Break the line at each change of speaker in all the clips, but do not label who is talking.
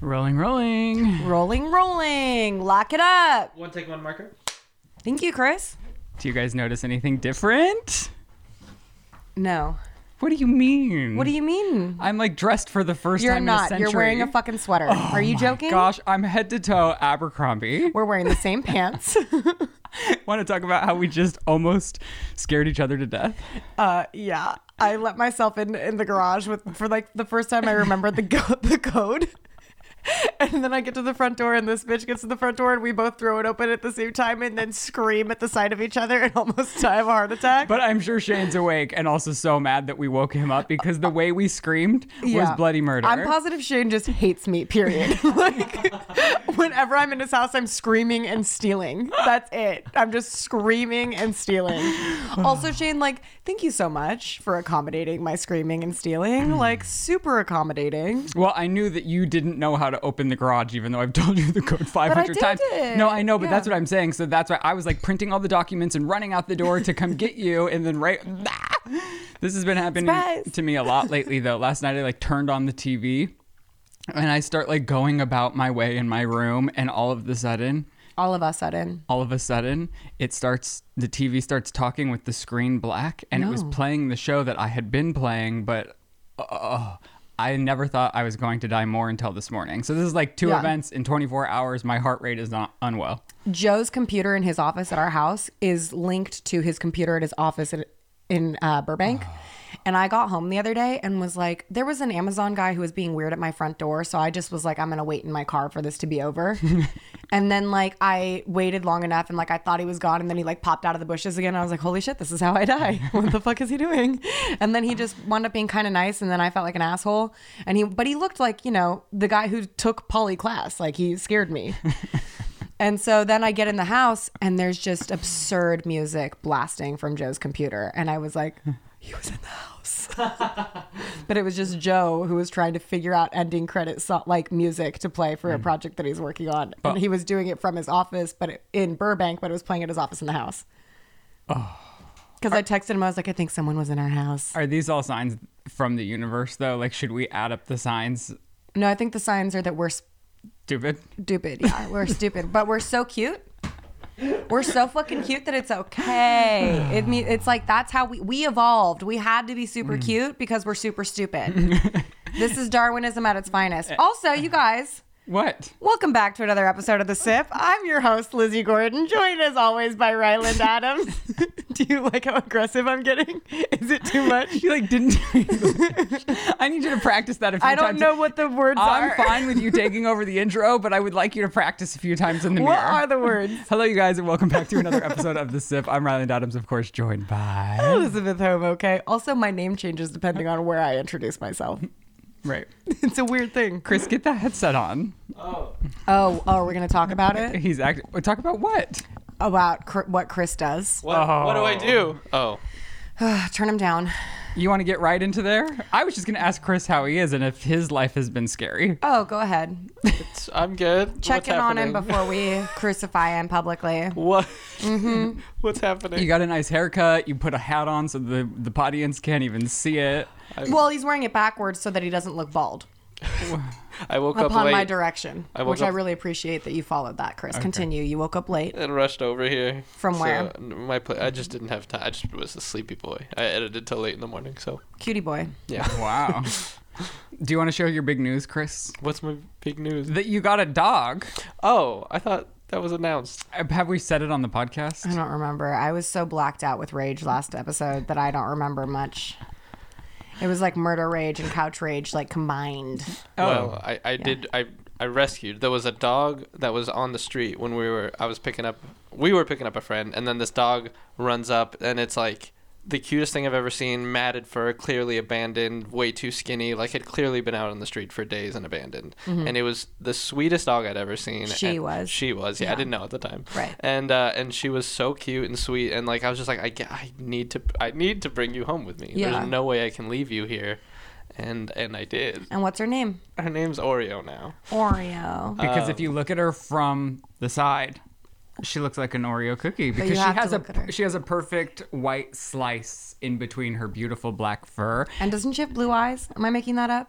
Rolling, rolling.
Rolling, rolling. Lock it up.
One take, one marker.
Thank you, Chris.
Do you guys notice anything different?
No.
What do you mean?
What do you mean?
I'm like dressed for the 1st
You're
time in a
not.
century.
You're wearing a Oh fucking sweater. Are you joking?
Gosh, I'm head to toe Abercrombie.
We're wearing the same pants.
Want to talk about how we just almost scared each other to death?
Uh, yeah. I let myself in in the garage with for like the first time I remembered the go- the code. And then I get to the front door, and this bitch gets to the front door, and we both throw it open at the same time, and then scream at the sight of each other and almost die of a heart attack.
But I'm sure Shane's awake and also so mad that we woke him up because the way we screamed was bloody murder.
I'm positive Shane just hates me, period. like, whenever I'm in his house, I'm screaming and stealing. That's it. I'm just screaming and stealing. also, Shane, like, thank you so much for accommodating my screaming and stealing. Like, super accommodating.
Well, I knew that you didn't know how to open the garage, even though I've told you the code
I
500
did
times.
it.
No, I know, but that's
Yeah.
what I'm saying. So that's why I was like printing all the documents and running out the door to come get you. And then right. This has been happening
Surprise.
to me a lot lately, though. Last night I like turned on the TV and I start like going about my way in my room. And all of the sudden,
All of us sudden.
all of a sudden it starts the tv starts talking with the screen black and it was
No.
playing the show that i had been playing but oh, i never thought i was going to die more until this morning so this is like two
Yeah.
events in 24 hours my heart rate is not unwell
Joe's computer in his office at our house is linked to his computer at his office in, in uh, Burbank. And I got home the other day and was like, there was an Amazon guy who was being weird at my front door. So I just was like, I'm going to wait in my car for this to be over. and then, like, I waited long enough and, like, I thought he was gone. And then he, like, popped out of the bushes again. I was like, holy shit, this is how I die. what the fuck is he doing? And then he just wound up being kind of nice. And then I felt like an asshole. And he, but he looked like, you know, the guy who took poly class. Like, he scared me. And so then I get in the house and there's just absurd music blasting from Joe's computer. And I was like, he was in the house. but it was just Joe who was trying to figure out ending credit so- like music to play for a project that he's working on. and he was doing it from his office, but it, in Burbank, but it was playing at his office in the house. Because I texted him, I was like, I think someone was in our house.
are these all signs from the universe though like should we add up the signs
No, I think the signs are that we're
stupid
stupid. Yeah, we're stupid, but we're so cute. We're so fucking cute that it's okay. It mean it's like that's how we we evolved. We had to be super cute because we're super stupid. this is Darwinism at its finest. Also, you guys,
what
welcome back to another episode of The Sip. I'm your host Lizzie Gordon, joined as always by Ryland Adams. Do you like how aggressive I'm getting? Is it too much?
you like didn't i need you to practice that a few
I don't
times
know what the words
i'm
are.
fine with you taking over the intro but i would like you to practice a few times in the
What
mirror
are the words?
Hello, you guys, and welcome back to another episode of The Sip. I'm Ryland Adams, of course, joined by.
Elizabeth Home, okay. Also, my name changes depending on where I introduce myself.
Right.
It's a weird thing.
Chris, get that headset on.
Oh,
Oh, oh, we're gonna talk about it
He's acting. Talk about what?
about cr- what Chris does.
what, what do I do? Oh,
Turn him down.
You want to get right into there? I was just going to ask Chris how he is and if his life has been scary.
Oh, go ahead.
it's, I'm good.
Check
What's
in on him
happening?
before we crucify him publicly.
What?
Mm-hmm.
What's
You
happening?
got a nice haircut. You put a hat on so the, the audience can't even see it.
Well, he's wearing it backwards so that he doesn't look bald.
I woke up
Upon
late
my direction,
I woke
which I
up-
really appreciate that you followed that, Chris. Continue. You woke up late.
and rushed over here.
From
So,
where?
n- my pla- I just didn't have time. I just was a sleepy boy. I edited till late in the morning. So
Cutie boy.
yeah.
Wow. Do you want to share your big news, Chris?
What's my big news?
That you got a dog.
Oh, I thought that was announced.
Have we said it on the
I
podcast?
don't remember. I was so blacked out with rage last episode that I don't remember much. It was like murder rage and couch rage like combined.
Well, I, I did I I rescued. There was a dog that was on the street when we were I was picking up we were picking up a friend and then this dog runs up and it's like the cutest thing I've ever seen, matted fur, clearly abandoned, way too skinny, like had clearly been out on the street for days and abandoned. And it was the sweetest dog I'd ever seen.
Mm-hmm. She
and-
was.
She was. Yeah, I didn't know at the time.
Right.
And uh, and she was so cute and sweet and like I was just like I, ge- I need to I need to bring you home with me.
Yeah.
There's no way I can leave you here. And and I did.
And what's her name?
Her name's Oreo now.
Oreo.
Uh.
Because if you look at her from the side, she looks like an Oreo cookie
you
because she
have to
has
look at her.
a she has a perfect white slice in between her beautiful black fur.
And doesn't she have blue eyes? Am I making that up?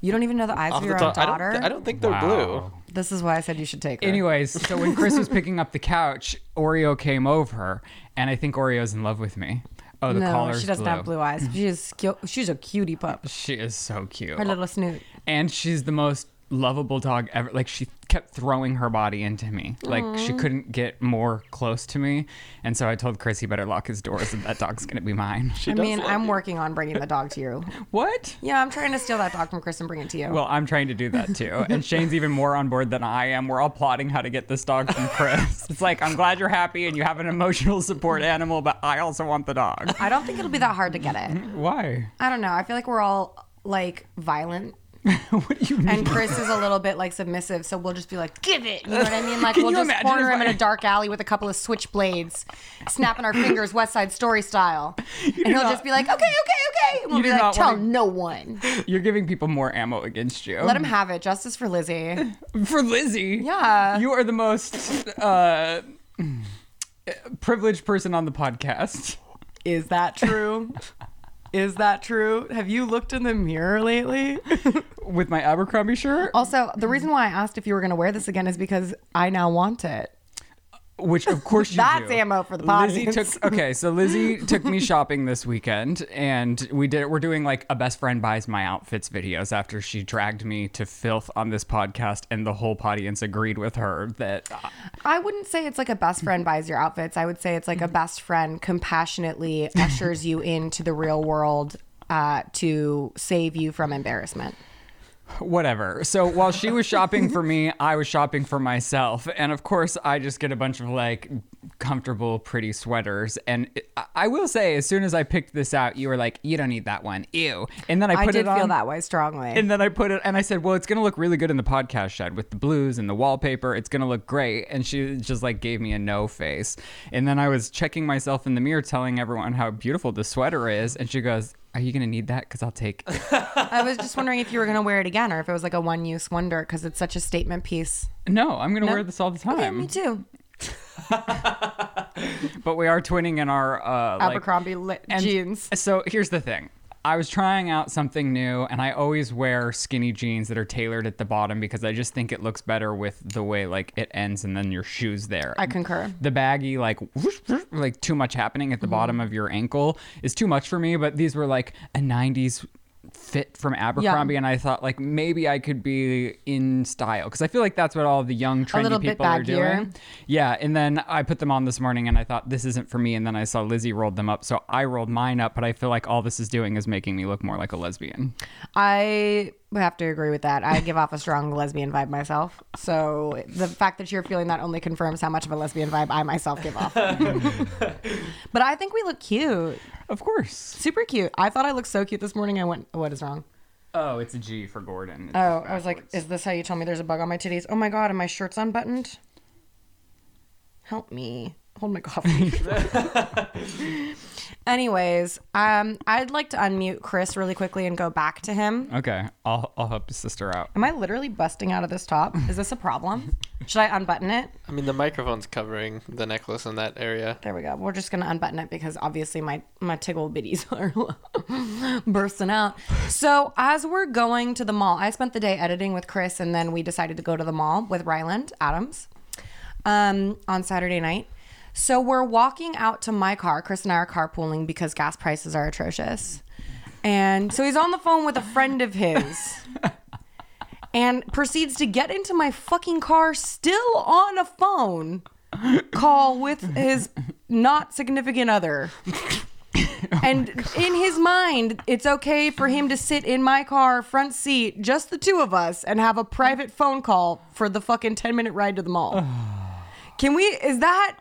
You don't even know the eyes of
Off the
your own
top, I
daughter.
don't. I don't think they're blue.
This is why I said you should take her.
Anyways, so when Chris was picking up the couch, Oreo came over, and I think Oreo's in love with me. Oh, the
no,
collar's
she doesn't
blue.
have blue eyes. She is cu- she's a cutie pup.
She is so cute.
Her little snoot.
and she's the most lovable dog ever like she kept throwing her body into me like she couldn't get more close to me and so i told chris he better lock his doors and that dog's gonna be mine
She
I
does
mean,
love
I'm
you.
working on bringing the dog to you.
what
Yeah, I'm trying to steal that dog from Chris and bring it to you.
well i'm trying to do that too and shane's even more on board than i am we're all plotting how to get this dog from chris it's like i'm glad you're happy and you have an emotional support animal but i also want the dog
I don't think it'll be that hard to get it.
why
I don't know. I feel like we're all like violent.
what do you mean
And Chris is a little bit like submissive, so we'll just be like, "Give it," you know what I mean? Like
Can
we'll
you
just
imagine
corner
if
him
I-
in a dark alley with a couple of switchblades, snapping our fingers, West Side Story style, and he'll
not-
just be like, "Okay, okay, okay," and we'll
You
be
do
like,
not wanna-
"Tell no one."
you're giving people more ammo against you
Let him have it. Justice for Lizzie.
for Lizzie.
Yeah.
You are the most uh, privileged person on the podcast.
Is that true? Is that true? Have you looked in the mirror lately?
With my Abercrombie shirt,
also, the reason why I asked if you were going to wear this again is because I now want it.
which of course you
That's
do.
ammo for the
Lizzie
audience.
took okay, so Lizzie took me shopping this weekend, and we did. We're doing like a best friend buys my outfits videos after she dragged me to filth on this podcast, and the whole audience agreed with her that uh,
I wouldn't say it's like a best friend buys your outfits. I would say it's like a best friend compassionately ushers you into the real world uh, to save you from embarrassment.
whatever. So while she was shopping for me, I was shopping for myself. And of course, I just get a bunch of like comfortable, pretty sweaters. And it, I- I will say, as soon as I picked this out, you were like, you don't need that one. Ew. And then I
I
put
did
it on.
feel that way strongly.
And then I put it, and I said, "Well, it's gonna look really good in the podcast shed with the blues and the wallpaper. It's gonna look great." And she just like gave me a no face. And then I was checking myself in the mirror, telling everyone how beautiful the sweater is, and she goes, "Are you gonna need that? Because I'll take it."
I was just wondering if you were going to wear it again or if it was like a one use wonder because it's such a statement piece.
no, I'm gonna wear this all the time.
Yeah, me too.
But we are twinning in our uh, like-
Abercrombie lit
and-
jeans.
So here's the thing. I was trying out something new, and I always wear skinny jeans that are tailored at the bottom because I just think it looks better with the way like it ends and then your shoes there.
I concur.
The baggy like whoosh, whoosh, like too much happening
Mm-hmm.
at the bottom of your ankle is too much for me. But these were like a '90s fit from Abercrombie, and I thought like maybe I could be in style because I feel like that's what all the young trendy
little bit
people are
baggier.
doing. Yeah, and then I put them on this morning and I thought this isn't for me and then I saw Lizzie rolled them up, so I rolled mine up, but I feel like all this is doing is making me look more like a lesbian.
I would have to agree with that. I give off a strong lesbian vibe myself. So the fact that you're feeling that only confirms how much of a lesbian vibe I myself give off. but I think we look cute.
Of course.
Super cute. I thought I looked so cute this morning. I went, what is wrong?
Oh, it's a G for Gordon. It's
Oh, I was like, is this how you tell me there's a bug on my titties? Oh my God, and my shirt's unbuttoned? Help me. Hold my coffee. Anyways, um, I'd like to unmute Chris really quickly and go back to him.
Okay, I'll I'll help your sister out.
Am I literally busting out of this top? Is this a problem? Should I unbutton it?
I mean, the microphone's covering the necklace in that area.
There we go. We're just gonna unbutton it because obviously my my tiggle bitties are bursting out. So as we're going to the mall, I spent the day editing with Chris, and then we decided to go to the mall with Ryland Adams um, on Saturday night. So we're walking out to my car. Chris and I are carpooling because gas prices are atrocious, and so he's on the phone with a friend of his. And proceeds to get into my fucking car still on a phone call with his not significant other. and in his mind, it's okay for him to sit in my car, front seat, just the two of us, and have a private phone call for the fucking 10 minute ride to the mall. Can we, is that.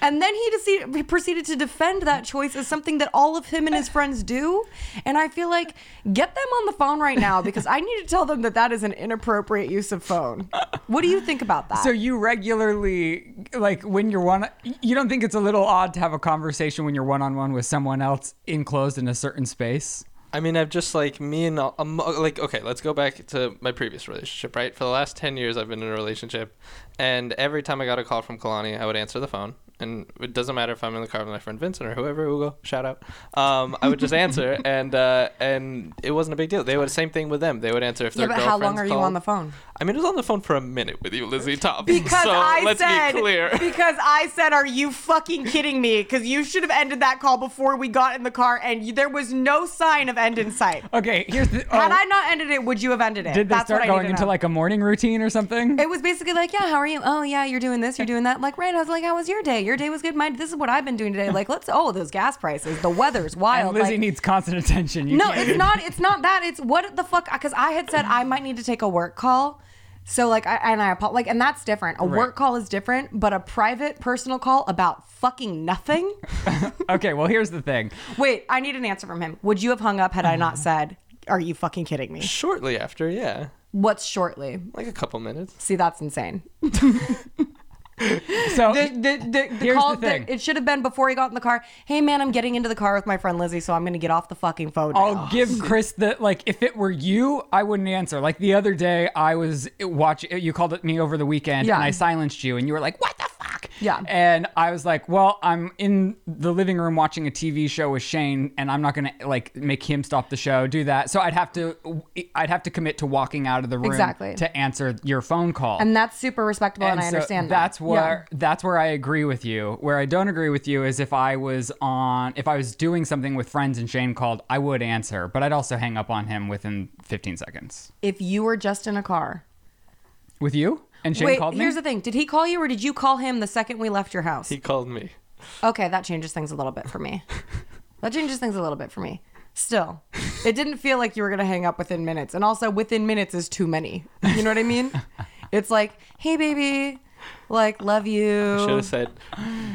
And then he, dece- he proceeded to defend that choice as something that all of him and his friends do. And I feel like, get them on the phone right now because I need to tell them that that is an inappropriate use of phone. What do you think about that?
So you regularly like when you're one you don't think it's a little odd to have a conversation when you're one on one with someone else enclosed in a certain space?
I mean, I've just like me and all- um, like okay, let's go back to my previous relationship, right? For the last ten years, I've been in a relationship, and every time I got a call from Kalani, I would answer the phone, and it doesn't matter if I'm in the car with my friend Vincent or whoever, Hugo, shout out. Um, I would just answer, and uh, and it wasn't a big deal. They would same thing with them. They would answer if
Yeah,
their
but how long
girlfriends
are you
called.
on the phone?
I mean, I was on the phone for a minute with you, Lizzie Top.
Because
so
I
let's
said,
be clear.
because I said, are you fucking kidding me? Because you should have ended that call before we got in the car, and you, there was no sign of end in sight.
Okay, here's the. Oh,
Had I not ended it, would you have ended it?
did they
That's
start
what I need
going
to
into
know.
like a morning routine or something?
It was basically like, yeah, how are you? Oh, yeah, you're doing this, you're doing that. Like, right. I was like, how was your day? Your day was good. Mine, this is what I've been doing today. Like, let's, oh, those gas prices, the weather's
and
wild.
Lizzie
like,
needs constant attention. You
no,
can't-
it's not, it's not that. It's what the fuck? Because I had said I might need to take a work call. So, like, I, and I, apo- like, and that's different. A work call is different, but a private personal call about fucking nothing.
Okay, well, here's the thing.
Wait, I need an answer from him. Would you have hung up had I not said, are you fucking kidding me?
Shortly after, yeah,
What's shortly?
like a couple minutes.
See, that's insane.
So
the, the, the, the
Here's
call
the thing.
it should have been before he got in the car hey man i'm getting into the car with my friend lizzie so i'm gonna get off the fucking phone now."
I'll give Chris the like. If it were you, I wouldn't answer. Like the other day, I was watching. You called it me over the weekend,
Yeah.
and I silenced you, and you were like, "What the fuck?"
Yeah.
And I was like, "Well, I'm in the living room watching a TV show with Shane, and I'm not gonna like make him stop the show, do that. So I'd have to, I'd have to commit to walking out of the room
Exactly.
to answer your phone call.
and that's super respectable and, i
so
understand that.
that's where that's where I agree with you. Where I don't agree with you is if I was on if I was doing something with friends and Shane called, I would answer, but I'd also hang up on him within 15 seconds.
Yeah. if you were just in a car
With you and Shane
wait
called me.
here's the thing did he call you or did you call him the second we left your house
He called me.
okay that changes things a little bit for me that changes things a little bit for me still it didn't feel like you were gonna hang up within minutes and also within minutes is too many you know what i mean it's like hey baby like love you
Should have said,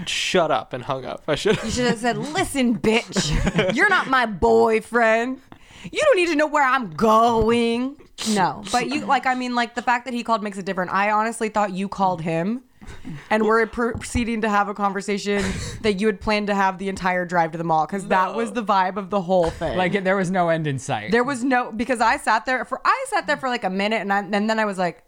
"Shut up" and hung up. I should.
You should have said, "Listen, bitch, you're not my boyfriend. You don't need to know where I'm going." No, but you like, I mean, like the fact that he called makes it different. I honestly thought you called him, and we're pro- proceeding to have a conversation that you had planned to have the entire drive to the mall because that was the vibe of the whole thing.
like there was no end in sight.
there was no because I sat there for I sat there for like a minute, and, I, and then I was like,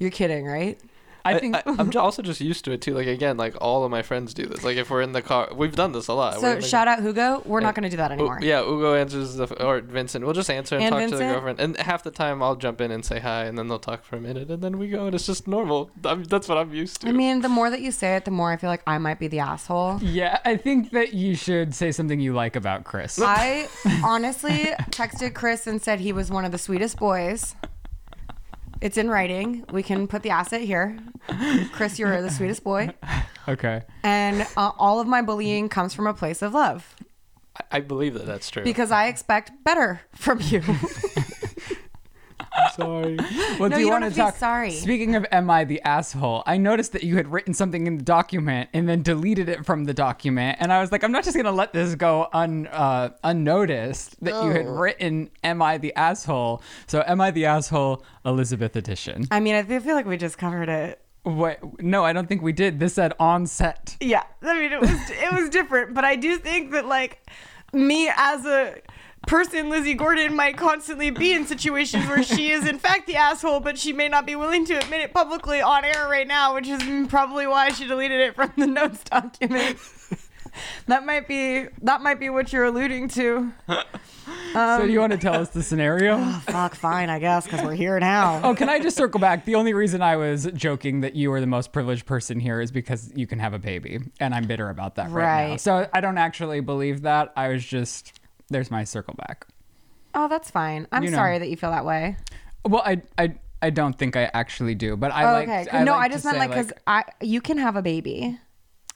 "You're kidding, right?"
I
I,
think
am also just used to it too. Like again, like all of my friends do this. Like if we're in the car, we've done this a lot. We're in
So
the-
shout out Hugo. We're not going to do that
U-
anymore.
Yeah, Ugo answers the f- or Vincent. We'll just answer and,
And
talk to the
Vincent?
girlfriend. And half the time, I'll jump in and say hi, and then they'll talk for a minute, and then we go, and it's just normal. I mean, that's what I'm used to.
I mean, the more that you say it, the more I feel like I might be the asshole.
yeah, I think that you should say something you like about Chris.
I honestly texted Chris and said he was one of the sweetest boys. It's in writing. We can put the asset here. Chris, you're the sweetest boy.
Okay.
And uh, all of my bullying comes from a place of love
I- I believe that that's true.
because I expect better from you.
I'm sorry.
Well, do
No,
you,
you don't
want
have
to
to be
talk?
sorry.
Speaking of "Am I the asshole?" I noticed that you had written something in the document and then deleted it from the document, and I was like, I'm not just gonna let this go un uh, unnoticed that you had written "Am I the asshole?" So "Am I the asshole?" Elizabeth edition.
I mean, I feel like we just covered it.
Wait, no, I don't think we did. This said on set.
Yeah, I mean, it was it was different, but I do think that like me as a person, Lizzie Gordon might constantly be in situations where she is in fact the asshole, but she may not be willing to admit it publicly on air right now, which is probably why she deleted it from the notes document. that might be that might be what you're alluding to.
so do you want to tell us the scenario?
Oh, Fuck, fine, I guess, because we're here now.
Oh, can I just circle back? The only reason I was joking that you are the most privileged person here is because you can have a baby, and I'm bitter about that right, now.
Right.
So I don't actually believe that. I was just there's my circle back.
Oh, that's fine. I'm
You know.
sorry that you feel that way.
Well, I I I don't think I actually do, but I
Oh,
like.
okay.
I
no,
like
I
to
just meant
say,
like because I you can have a baby.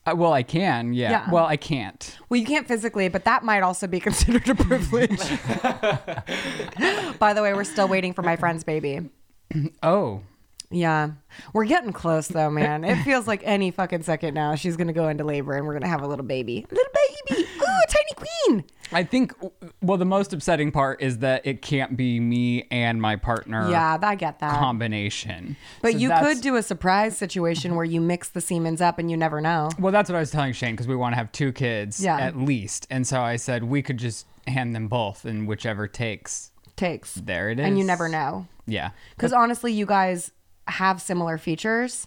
uh, well, I can. Yeah.
Yeah.
Well, I can't.
Well, you can't physically, but that might also be considered a privilege. By the way, we're still waiting for my friend's baby.
Oh.
Yeah. We're getting close though, man. It feels like any fucking second now she's going to go into labor and we're going to have a little baby. Little baby. Ooh, a tiny queen.
I think, well, the most upsetting part is that it can't be me and my partner
Yeah, I get that.
combination.
but
So
you
that's-
could do a surprise situation where you mix the semens up and you never know.
Well, that's what I was telling Shane because we want to have two kids
Yeah.
at least. And so I said we could just hand them both and whichever takes.
Takes.
There it is.
And you never know.
Yeah.
Because honestly, you guys have similar features.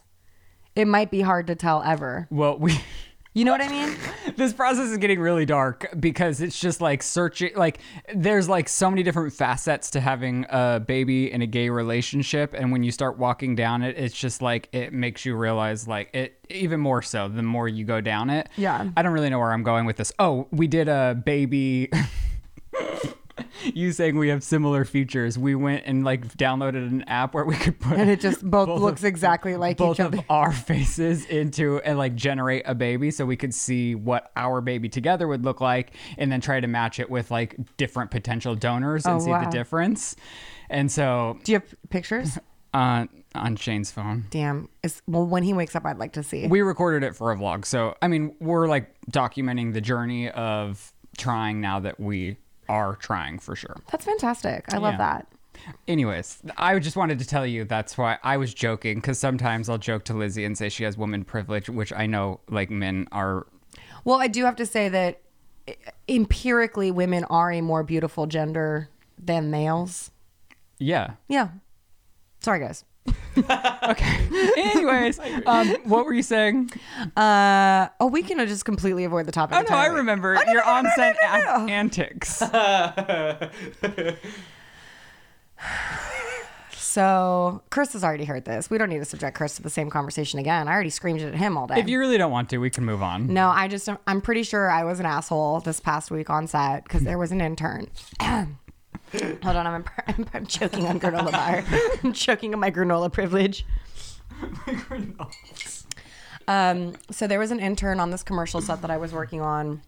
It might be hard to tell ever.
Well, we
You know what I mean?
this process is getting really dark because it's just like searching like there's like so many different facets to having a baby in a gay relationship and when you start walking down it it's just like it makes you realize like it even more so the more you go down it
Yeah.
i don't really know where i'm going with this oh we did a baby you saying we have similar features we went and like downloaded an app where we could put
And it just both,
Both
looks
of-
exactly like
both
each
of
other.
our faces into and like generate a baby so we could see what our baby together would look like and then try to match it with like different potential donors and
Oh,
see
wow.
the difference and so
Do you have pictures?
uh, on shane's phone
Damn. It's, well, when he wakes up, I'd like to see.
we recorded it for a vlog so i mean we're like documenting the journey of trying now that we are trying for sure
That's fantastic. I love
Yeah.
that.
Anyways, I just wanted to tell you that's why I was joking because sometimes I'll joke to Lizzie and say she has woman privilege, which I know like men are.
Well, I do have to say that eh, empirically, women are a more beautiful gender than males.
Yeah.
Yeah. Sorry, guys.
Anyways, um, what were you saying?
Uh, oh, we can just completely avoid the topic.
Oh no, I
entirely.
remember your onset a- antics.
So Chris has already heard this. We don't need to subject Chris to the same conversation again. I already screamed it at him all day.
if you really don't want to, we can move on.
no, I just I'm pretty sure I was an asshole this past week on set because there was an intern. Hold on, I'm, imp- I'm, I'm choking on granola bar. I'm choking on my granola privilege. um, so there was an intern on this commercial set that I was working on,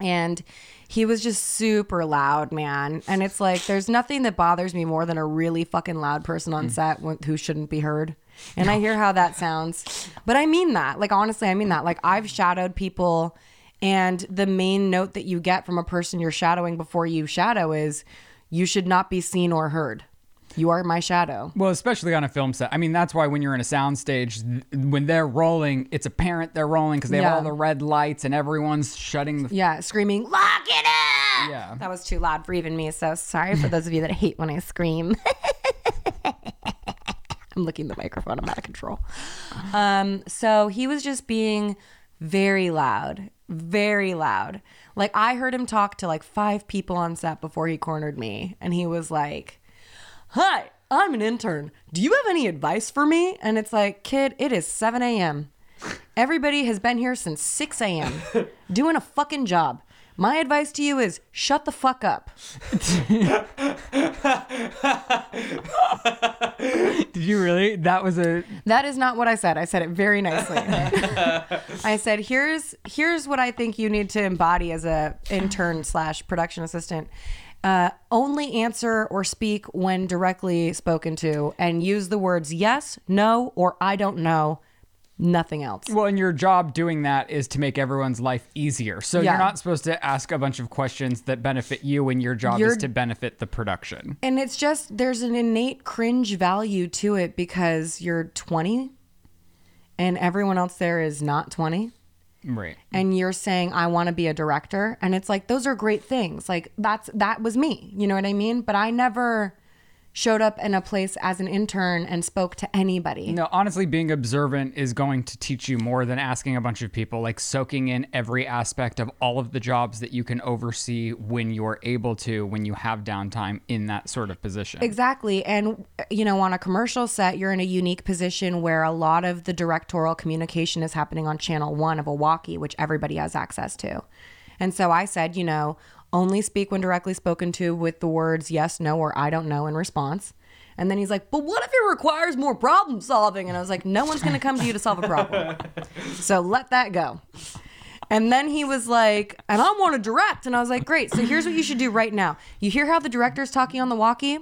and he was just super loud, man. And it's like there's nothing that bothers me more than a really fucking loud person on set wh- who shouldn't be heard. And I hear how that sounds, but I mean that. Like honestly, I mean that. Like I've shadowed people, and the main note that you get from a person you're shadowing before you shadow is, you should not be seen or heard. You are my shadow.
Well, especially on a film set. I mean, that's why when you're in a soundstage, th- when they're rolling, it's apparent they're rolling because they
Yeah.
have all the red lights and everyone's shutting the.
Yeah, screaming, lock it up!
Yeah.
That was too loud for even me, so sorry for those of you that hate when I scream. I'm looking at the microphone, I'm out of control. Um, so he was just being very loud, very loud. Like I heard him talk to like five people on set before he cornered me, and he was like, Hi, I'm an intern. Do you have any advice for me? And it's like, kid, it is 7 a.m. Everybody has been here since 6 a.m. doing a fucking job. My advice to you is shut the fuck up.
Did you really? That was a.
That is not what I said. I said it very nicely. I said, "Here's here's what I think you need to embody as a intern slash production assistant. Uh, only answer or speak when directly spoken to, and use the words yes, no, or I don't know. Nothing else.
Well, and your job doing that is to make everyone's life easier. So
Yeah.
you're not supposed to ask a bunch of questions that benefit you, and your job
You're-
is to benefit the production.
And it's just there's an innate cringe value to it because you're 20, and everyone else there is not 20.
Right.
and you're saying I want to be a director and it's like those are great things. Like that's that was me. You know what I mean? But I never showed up in a place as an intern and spoke to anybody.
No, honestly, being observant is going to teach you more than asking a bunch of people, like soaking in every aspect of all of the jobs that you can oversee when you're able to, when you have downtime in that sort of position.
Exactly. And, you know, on a commercial set, you're in a unique position where a lot of the directorial communication is happening on channel one of a walkie, which everybody has access to. And so I said, you know, only speak when directly spoken to with the words yes, no, or I don't know in response. And then he's like, but what if it requires more problem solving? And I was like, no one's going to come to you to solve a problem. So let that go. And then he was like, and I want to direct. And I was like, great. So here's what you should do right now. You hear how the director's talking on the walkie?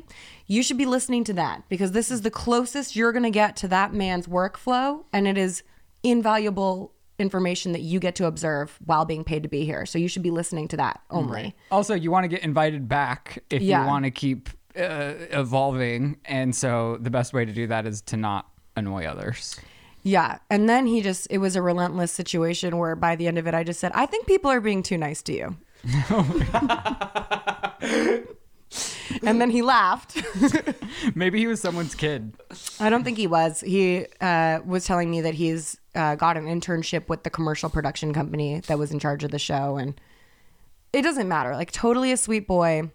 You should be listening to that because this is the closest you're going to get to that man's workflow. And it is invaluable information that you get to observe while being paid to be here. So you should be listening to that only.
Also, you want to get invited back if
Yeah.
you want to keep uh, evolving. And so the best way to do that is to not annoy others.
Yeah. And then he just, it was a relentless situation where by the end of it, I just said, I think people are being too nice to you. and then he laughed.
Maybe he was someone's kid.
I don't think he was. He uh, was telling me that he's uh, got an internship with the commercial production company that was in charge of the show, and it doesn't matter. Like totally a sweet boy,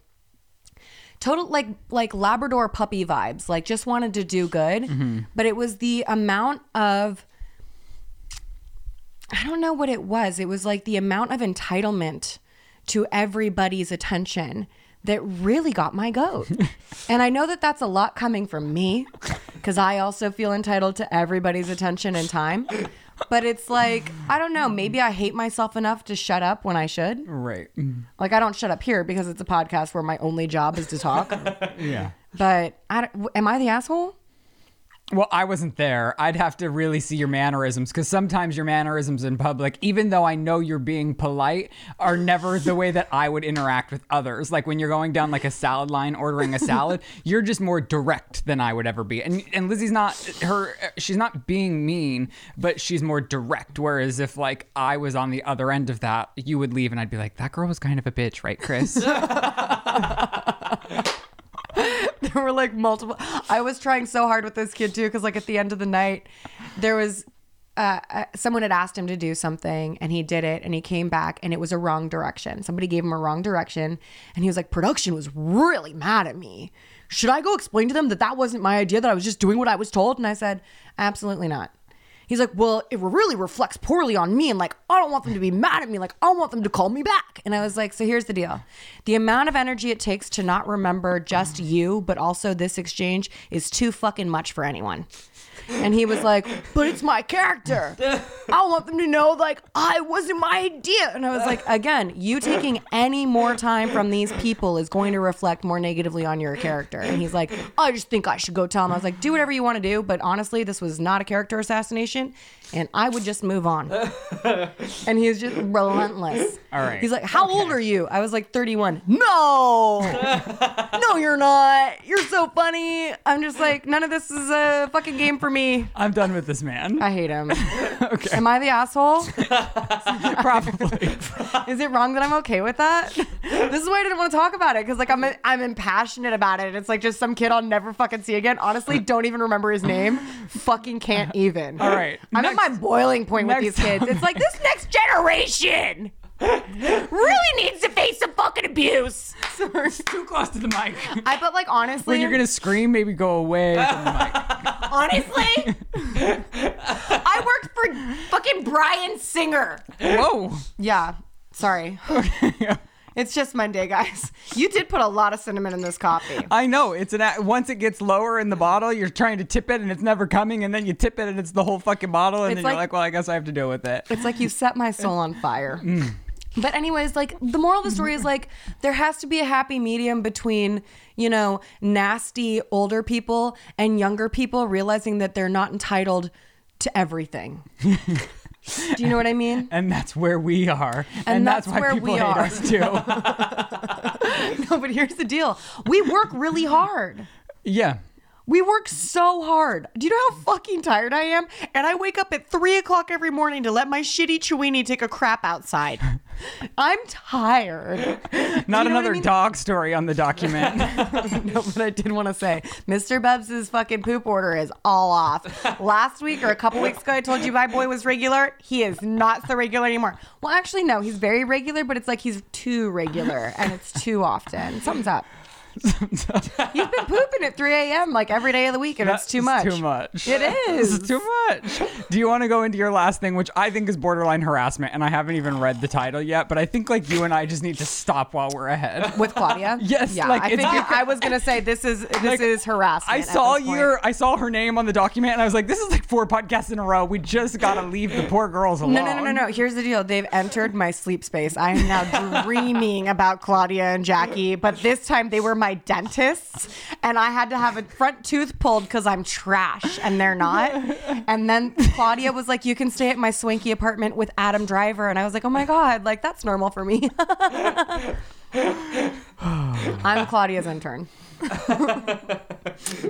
total like like Labrador puppy vibes. Like just wanted to do good, but it was the amount of I don't know what it was. It was like the amount of entitlement to everybody's attention that really got my goat. and I know that that's a lot coming from me because I also feel entitled to everybody's attention and time. But it's like, I don't know, maybe I hate myself enough to shut up when I should.
Right.
Like, I don't shut up here because it's a podcast where my only job is to talk.
Yeah.
but I, don't- am I the asshole?
Well, I wasn't there. I'd have to really see your mannerisms because sometimes your mannerisms in public, even though I know you're being polite, are never the way that I would interact with others. Like when you're going down like a salad line ordering a salad, you're just more direct than I would ever be. And and Lizzie's not her. She's not being mean, but she's more direct. Whereas if like I was on the other end of that, you would leave and I'd be like, that girl was kind of a bitch, right, Chris?
there were like multiple i was trying so hard with this kid too because like at the end of the night there was uh, uh, someone had asked him to do something and he did it and he came back and it was a wrong direction somebody gave him a wrong direction and he was like production was really mad at me should i go explain to them that that wasn't my idea that i was just doing what i was told and i said absolutely not He's like, well, it really reflects poorly on me. And like, I don't want them to be mad at me. Like, I want them to call me back. And I was like, so here's the deal the amount of energy it takes to not remember just you, but also this exchange is too fucking much for anyone. And he was like, but it's my character. I want them to know, like, I wasn't my idea. And I was like, again, you taking any more time from these people is going to reflect more negatively on your character. And he's like, I just think I should go tell him. I was like, do whatever you want to do. But honestly, this was not a character assassination. And I would just move on. and he was just relentless.
All right.
He's like, how old are you? I was like, 31. No. no, you're not. You're so funny. I'm just like, none of this is a fucking game for me.
I'm done with this man.
I hate him. Am I the asshole?
Probably.
Is it wrong that I'm okay with that? this is why I didn't want to talk about it because like I'm I'm impassionate about it. It's like just some kid I'll never fucking see again. Honestly, don't even remember his name. fucking can't even.
All right.
I'm at my boiling point with these
next
kids. It's like this next generation really needs to face some fucking abuse. Sorry.
Too close to the mic.
I but like honestly,
When you're gonna scream, maybe go away from the mic.
honestly, I worked for fucking Brian Singer.
Whoa.
Yeah. Sorry. It's just Monday, guys. You did put a lot of cinnamon in this coffee.
I know it's an a- once it gets lower in the bottle, you're trying to tip it and it's never coming, and then you tip it and it's the whole fucking bottle, and
It's
then
like-
you're like, well, I guess I have to deal with it.
It's like you set my soul on fire. But anyways, like the moral of the story is like there has to be a happy medium between, you know, nasty older people and younger people realizing that they're not entitled to everything. Do you know what I mean?
And that's where we are, and, that's,
that's
why
where
people
we
hate
are.
us too.
No, but here's the deal. We work really hard.
yeah.
We work so hard. Do you know how fucking tired I am? And I wake up at three o'clock every morning to let my shitty Chewini take a crap outside. I'm tired.
Not
what I
another
mean?
dog story on the document.
no, but I did want to say, Mr. Bubs's fucking poop order is all off. Last week or a couple weeks ago, I told you my boy was regular. He is not so regular anymore. Well, actually, no, he's very regular, but it's like he's too regular and it's too often. Something's up. He's been pooping at 3 a.m. like every day of the week, and it's too much.
Too much.
It is.
It's too much. Do you want to go into your last thing, which I think is borderline harassment, and I haven't even read the title yet, but I think like you and I just need to stop while we're ahead.
with Claudia.
Yes,
yeah.
like,
I,
it's-
figured, I was gonna say this is this is harassment.
I
at
saw
this point.
your I saw her name on the document and I was like, this is like four podcasts in a row. We just gotta leave the poor girls alone.
No, no, no, no, no. Here's the deal. They've entered my sleep space. I am now dreaming about Claudia and Jackie, but this time they were my dentists, and I had to have a front tooth pulled because I'm trash, and they're not. And then Claudia was like, "You can stay at my swanky apartment with Adam Driver," and I was like, "Oh my god, like that's normal for me." I'm Claudia's intern.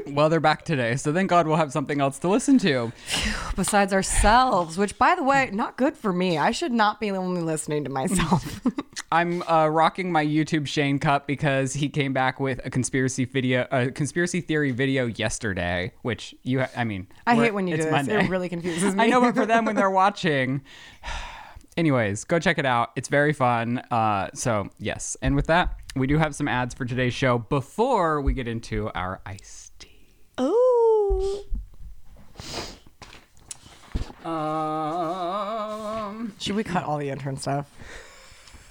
Well, they're back today, so thank God we'll have something else to listen to.
besides ourselves, which by the way, not good for me. I should not be only listening to myself.
I'm uh, rocking my YouTube Shane cup because he came back with a conspiracy video, a conspiracy theory video yesterday. Which you, ha- I mean,
I
we're-
hate when you do
it's
this.
Monday.
It really confuses me.
I know, but for them when they're watching. Anyways, go check it out. It's very fun. Uh, so yes, and with that, we do have some ads for today's show before we get into our iced tea.
Oh.
Um,
Should we cut all the intern stuff?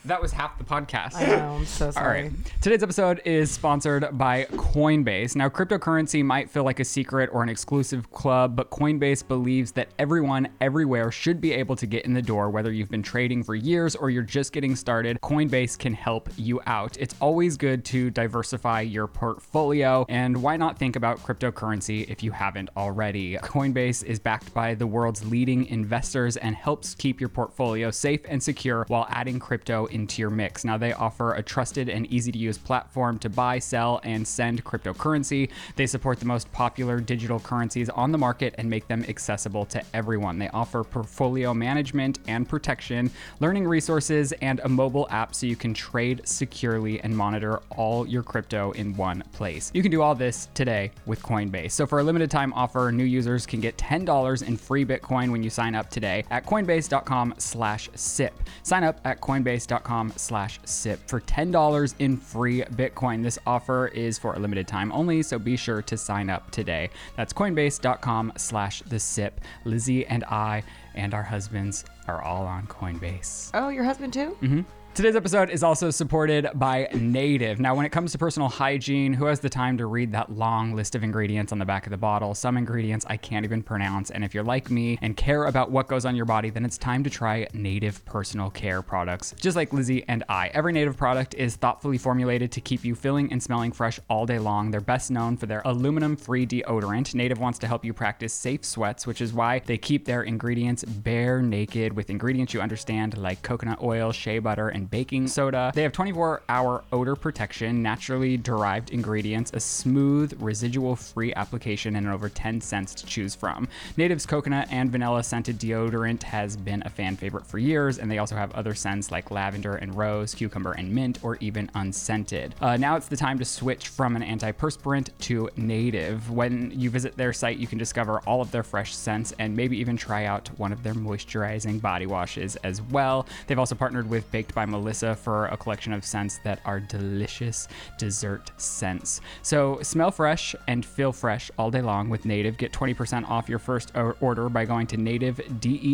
that was half the podcast.
I know. I'm so
All
sorry.
right. Today's episode is sponsored by Coinbase. Now, cryptocurrency might feel like a secret or an exclusive club, but Coinbase believes that everyone everywhere should be able to get in the door, whether you've been trading for years or you're just getting started. Coinbase can help you out. It's always good to diversify your portfolio, and why not think about cryptocurrency if you haven't already? Coinbase is backed by the world's leading investors and helps keep your portfolio safe and secure while adding crypto into your mix. Now, they offer a trusted and easy to use platform to buy, sell, and send cryptocurrency. They support the most popular digital currencies on the market and make them accessible to everyone. They offer portfolio management and protection, learning resources, and a mobile app so you can trade securely and monitor all your crypto in one place. You can do all this today with Coinbase. So, for a limited time offer, new users can get $10 in free Bitcoin when you sign up today at coinbase.com slash sip. Sign up at coinbase.com slash sip for $10 in free Bitcoin. This offer is for a limited time only, so be sure to sign up today. That's coinbase.com slash the sip. Lizzie and I and our husbands are all on Coinbase.
Oh, your husband too?
Mm-hmm. Today's episode is also supported by Native. Now, when it comes to personal hygiene, who has the time to read that long list of ingredients on the back of the bottle? Some ingredients I can't even pronounce. And if you're like me and care about what goes on your body, then it's time to try Native personal care products, just like Lizzie and I. Every Native product is thoughtfully formulated to keep you feeling and smelling fresh all day long. They're best known for their aluminum free deodorant. Native wants to help you practice safe sweats, which is why they keep their ingredients bare naked with ingredients you understand, like coconut oil, shea butter, and baking soda. They have 24 hour odor protection, naturally derived ingredients, a smooth, residual free application, and over 10 cents to choose from. Native's coconut and vanilla scented deodorant has been a fan favorite for years, and they also have other scents like lavender and rose, cucumber and mint, or even unscented. Uh, now it's the time to switch from an antiperspirant to native. When you visit their site, you can discover all of their fresh scents and maybe even try out one of their moisturizing body washes as well. They've also partnered with Baked by Melissa for a collection of scents that are delicious dessert scents. So smell fresh and feel fresh all day long with Native. Get 20% off your first o- order by going to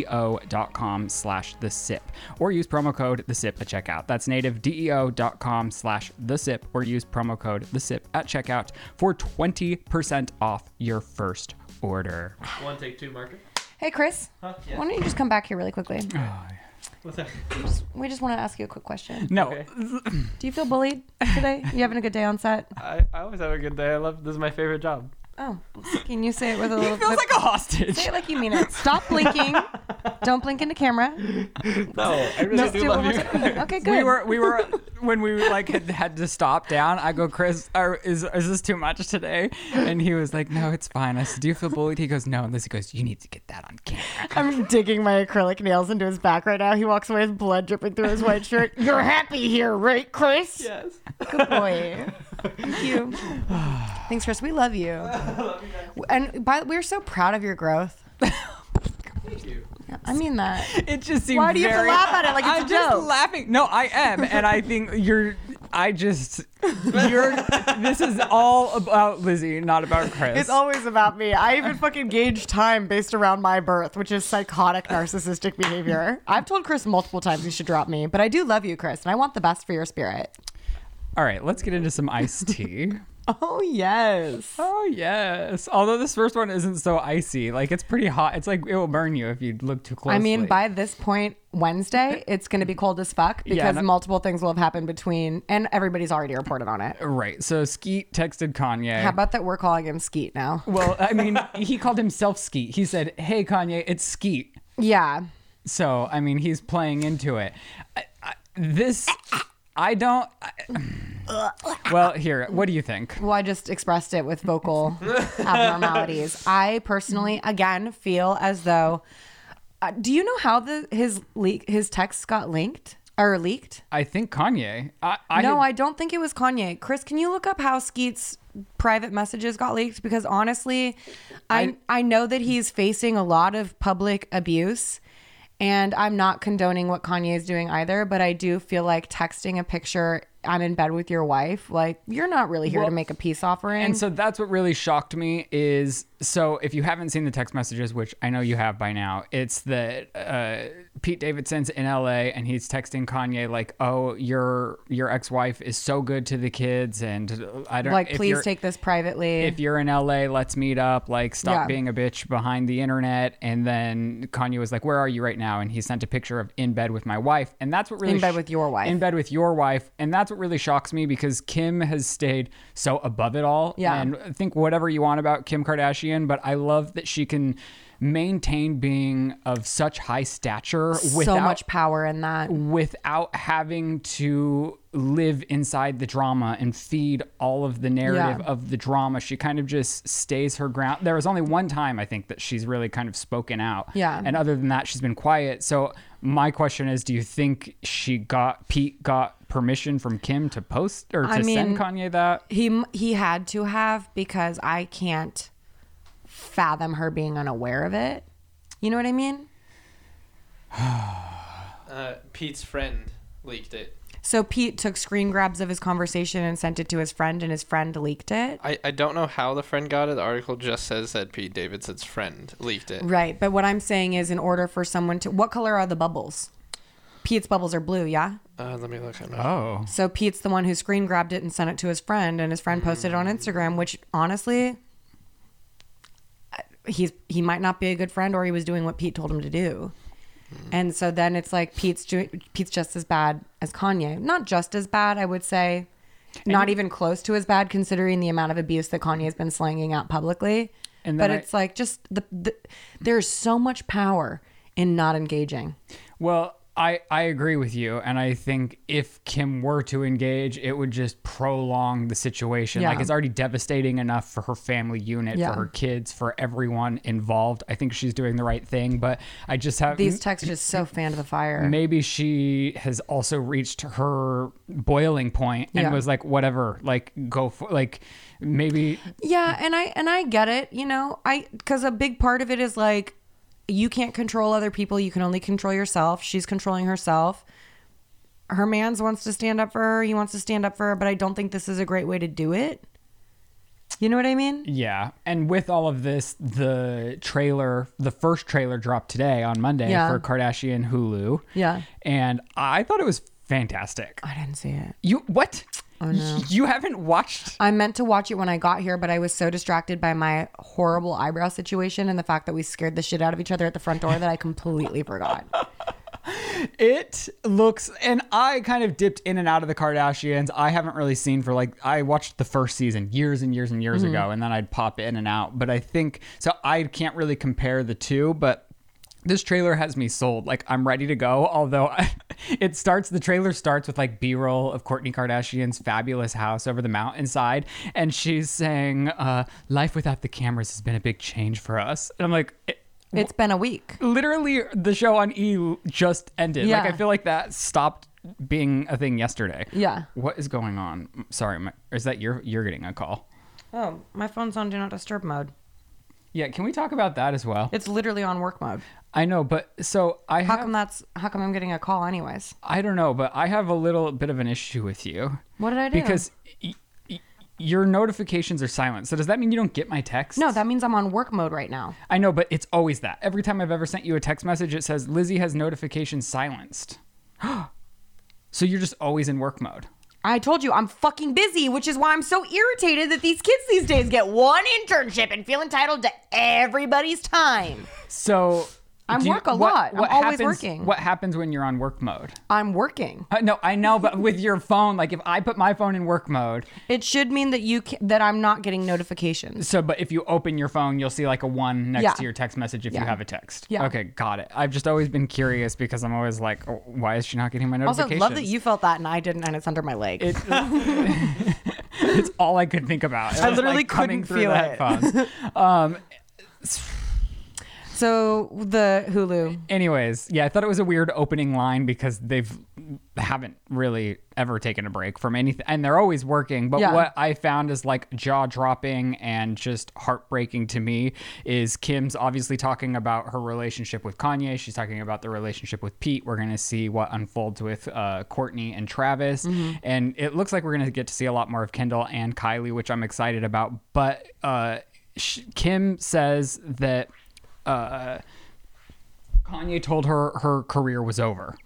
nativedeo.com slash the sip or use promo code the sip at checkout. That's nativedeo.com slash the sip or use promo code the sip at checkout for 20% off your first order.
One take two marker.
Hey, Chris.
yeah.
Why don't you just come back here really quickly?
Oh,
What's that?
We just want to ask you a quick question.
No,
Okay.
Do you feel bullied today? You having a good day on set?
I, I always have a good day. I love this is my favorite job.
Oh, can you say it with a little?
feels
with-
like a hostage.
say it like you mean it. Stop blinking. Don't blink into camera.
No, I really
Let's do it one more time. Okay, good.
We were we were when we like had, had to stop down. I go, Chris, are, is is this too much today? And he was like, No, it's fine. I said, Do you feel bullied? He goes, No. And Lizzie goes, You need to get that on camera.
I'm digging my acrylic nails into his back right now. He walks away with blood dripping through his white shirt. You're happy here, right, Chris?
Yes.
Good boy. Thank you. Thanks, Chris. We love you. And by, we're so proud of your growth.
Thank you.
I mean that.
It just seems.
Why do you have to
very-
laugh at it like it's
I'm
a
just
joke?
laughing. No, I am, and I think you're. I just you're. this is all about Lizzie, not about Chris.
It's always about me. I even fucking gauge time based around my birth, which is psychotic narcissistic behavior. I've told Chris multiple times he should drop me, but I do love you, Chris, and I want the best for your spirit.
all right. Let's get into some iced tea.
Oh yes.
Oh yes. Although this first one isn't so icy. Like it's pretty hot. It's like it will burn you if you look too closely.
I mean, by this point, Wednesday, it's going to be cold as fuck because
and I-
multiple things will have happened between, and everybody's already reported on it.
right. So Skeet texted Kanye.
How about that we're calling him Skeet now?
well, I mean, he called himself Skeet. He said, "Hey Kanye, it's Skeet."
Yeah.
So I mean, he's playing into it. I, I, this, I don't. I, well, here, what do you think?
Well, I just expressed it with vocal abnormalities. I personally, again, feel as though. Uh, do you know how the his leak his texts got linked? or leaked.
I think Kanye. I, I
no,
had-
I don't think it was Kanye. Chris, can you look up how Skeet's private messages got leaked? Because honestly, I I, know that he's facing a lot of public abuse, and I'm not condoning what Kanye is doing either. But I do feel like texting a picture, "I'm in bed with your wife," like you're not really here to make a peace offering.
And so that's what really shocked me is so if you haven't seen the text messages, which I know you have by now, it's that uh, Pete Davidson's in LA and he's texting Kanye like, "Oh, your your ex wife is so good to the kids, and I don't
like,
if
please
you're-
take this privately.
If you're in LA, let's meet up. Like, stop
Yeah.
being a bitch behind the internet. And then Kanye was like, "Where are you right now?" And he sent a picture of in bed with my wife, and that's what really
In bed with your wife.
in bed with your wife, and that's what really shocks me because Kim has stayed so above it all.
Yeah.
and I think whatever you want about Kim Kardashian, but I love that she can maintain being of such high stature
so
without
much power in that.
without having to live inside the drama and feed all of the narrative
Yeah.
of the drama. She kind of just stays her ground. There was only one time I think that she's really kind of spoken out.
Yeah.
And other than that, she's been quiet. So my question is, do you think she got Pete got permission from Kim to post or to
I mean-
send Kanye that?
He m- he had to have because I can't fathom her being unaware of it. You know what I mean?
Uh, Pete's friend leaked it.
So Pete took screen grabs of his conversation and sent it to his friend, and his friend leaked it.
I, I don't know how the friend got it. The article just says that Pete Davidson's friend leaked it.
Right, but what I'm saying is, in order for someone to, what color are the bubbles? Pete's bubbles are blue, yeah.
Uh, let me look. I'm not.
Oh.
So Pete's the one who screen grabbed it and sent it to his friend, and his friend posted it on Instagram. Which honestly, I- he's he might not be a good friend, or he was doing what Pete told him to do. And so then it's like Pete's doing Pete's just as bad as Kanye. Not just as bad, I would say. Not even close to as bad, considering the amount of abuse that Kanye has been slinging out publicly.
And then
but
I-
it's like just the, the there's so much power in not engaging.
Well, I, I agree with you. And I think if Kim were to engage, it would just prolong the situation.
Yeah.
Like, it's already devastating enough for her family unit,
Yeah.
for her kids, for everyone involved. I think she's doing the right thing. But I just have
These texts just so fan of the fire.
maybe she has also reached her boiling point and
Yeah.
was like, whatever, like, go for like maybe
Yeah, and I and I get it, you know. I cuz a big part of it is like you can't control other people, you can only control yourself. She's controlling herself. Her man's wants to stand up for her, he wants to stand up for her, but I don't think this is a great way to do it. You know what I mean?
Yeah. And with all of this, the trailer, the first trailer dropped today on Monday
Yeah.
for Kardashian Hulu.
Yeah.
And I thought it was fantastic.
I didn't see it.
You what?
Oh,
You haven't watched
I meant to watch it when I got here, but I was so distracted by my horrible eyebrow situation and the fact that we scared the shit out of each other at the front door that I completely forgot.
it looks and I kind of dipped in and out of the Kardashians. I haven't really seen for like I watched the first season years and years and years ago and then I'd pop in and out. But I think so I can't really compare the two, but this trailer has me sold. Like I'm ready to go. Although it starts, the trailer starts with like B-roll of Courtney Kardashian's fabulous house over the mountainside, and she's saying, uh, "Life without the cameras has been a big change for us." And I'm like, "Eh, it,
It's been a week.
literally, the show on E just ended.
Yeah.
Like I feel like that stopped being a thing yesterday.
Yeah.
What is going on? Sorry, my, is that you're you're getting a call?
Oh, my phone's on do not disturb mode.
Yeah. Can we talk about that as well?
It's literally on work mode.
I know, but so I
How
have.
come that's how come I'm getting a call anyways?
I don't know, but I have a little bit of an issue with you.
What did I do?
Because y- y- your notifications are silent. So does that mean you don't get my text?
No, that means I'm on work mode right now.
I know, but it's always that. Every time I've ever sent you a text message, it says Lizzie has notifications silenced. so you're just always in work mode.
I told you I'm fucking busy, which is why I'm so irritated that these kids these days get one internship and feel entitled to everybody's time.
So
I'm
do you-
work a
what-
lot. I'm
what
always
happens-
working.
What happens when you're on work mode?
I'm working.
Uh, no, I know, but with your phone, like if I put my phone in work mode,
It should mean that you ca- that I'm not getting notifications.
So, but if you open your phone, you'll see like a one next
Yeah.
to your text message if
Yeah.
you have a text.
Yeah.
Okay, got it. I've just always been curious because I'm always like, oh, why is she not getting my
Also,
notifications?
love that you felt that and I didn't, and it's under my leg.
It's all I could think about. It
I
was,
literally
like, coming
couldn't
through
feel
the
it.
headphones.
so the Hulu.
Anyways, yeah, I thought it was a weird opening line because they've haven't really ever taken a break from anything and they're always working but
Yeah.
what i found is like jaw dropping and just heartbreaking to me is kim's obviously talking about her relationship with kanye she's talking about the relationship with pete we're going to see what unfolds with uh, courtney and travis and it looks like we're going to get to see a lot more of kendall and kylie which i'm excited about but uh, sh- kim says that uh, kanye told her her career was over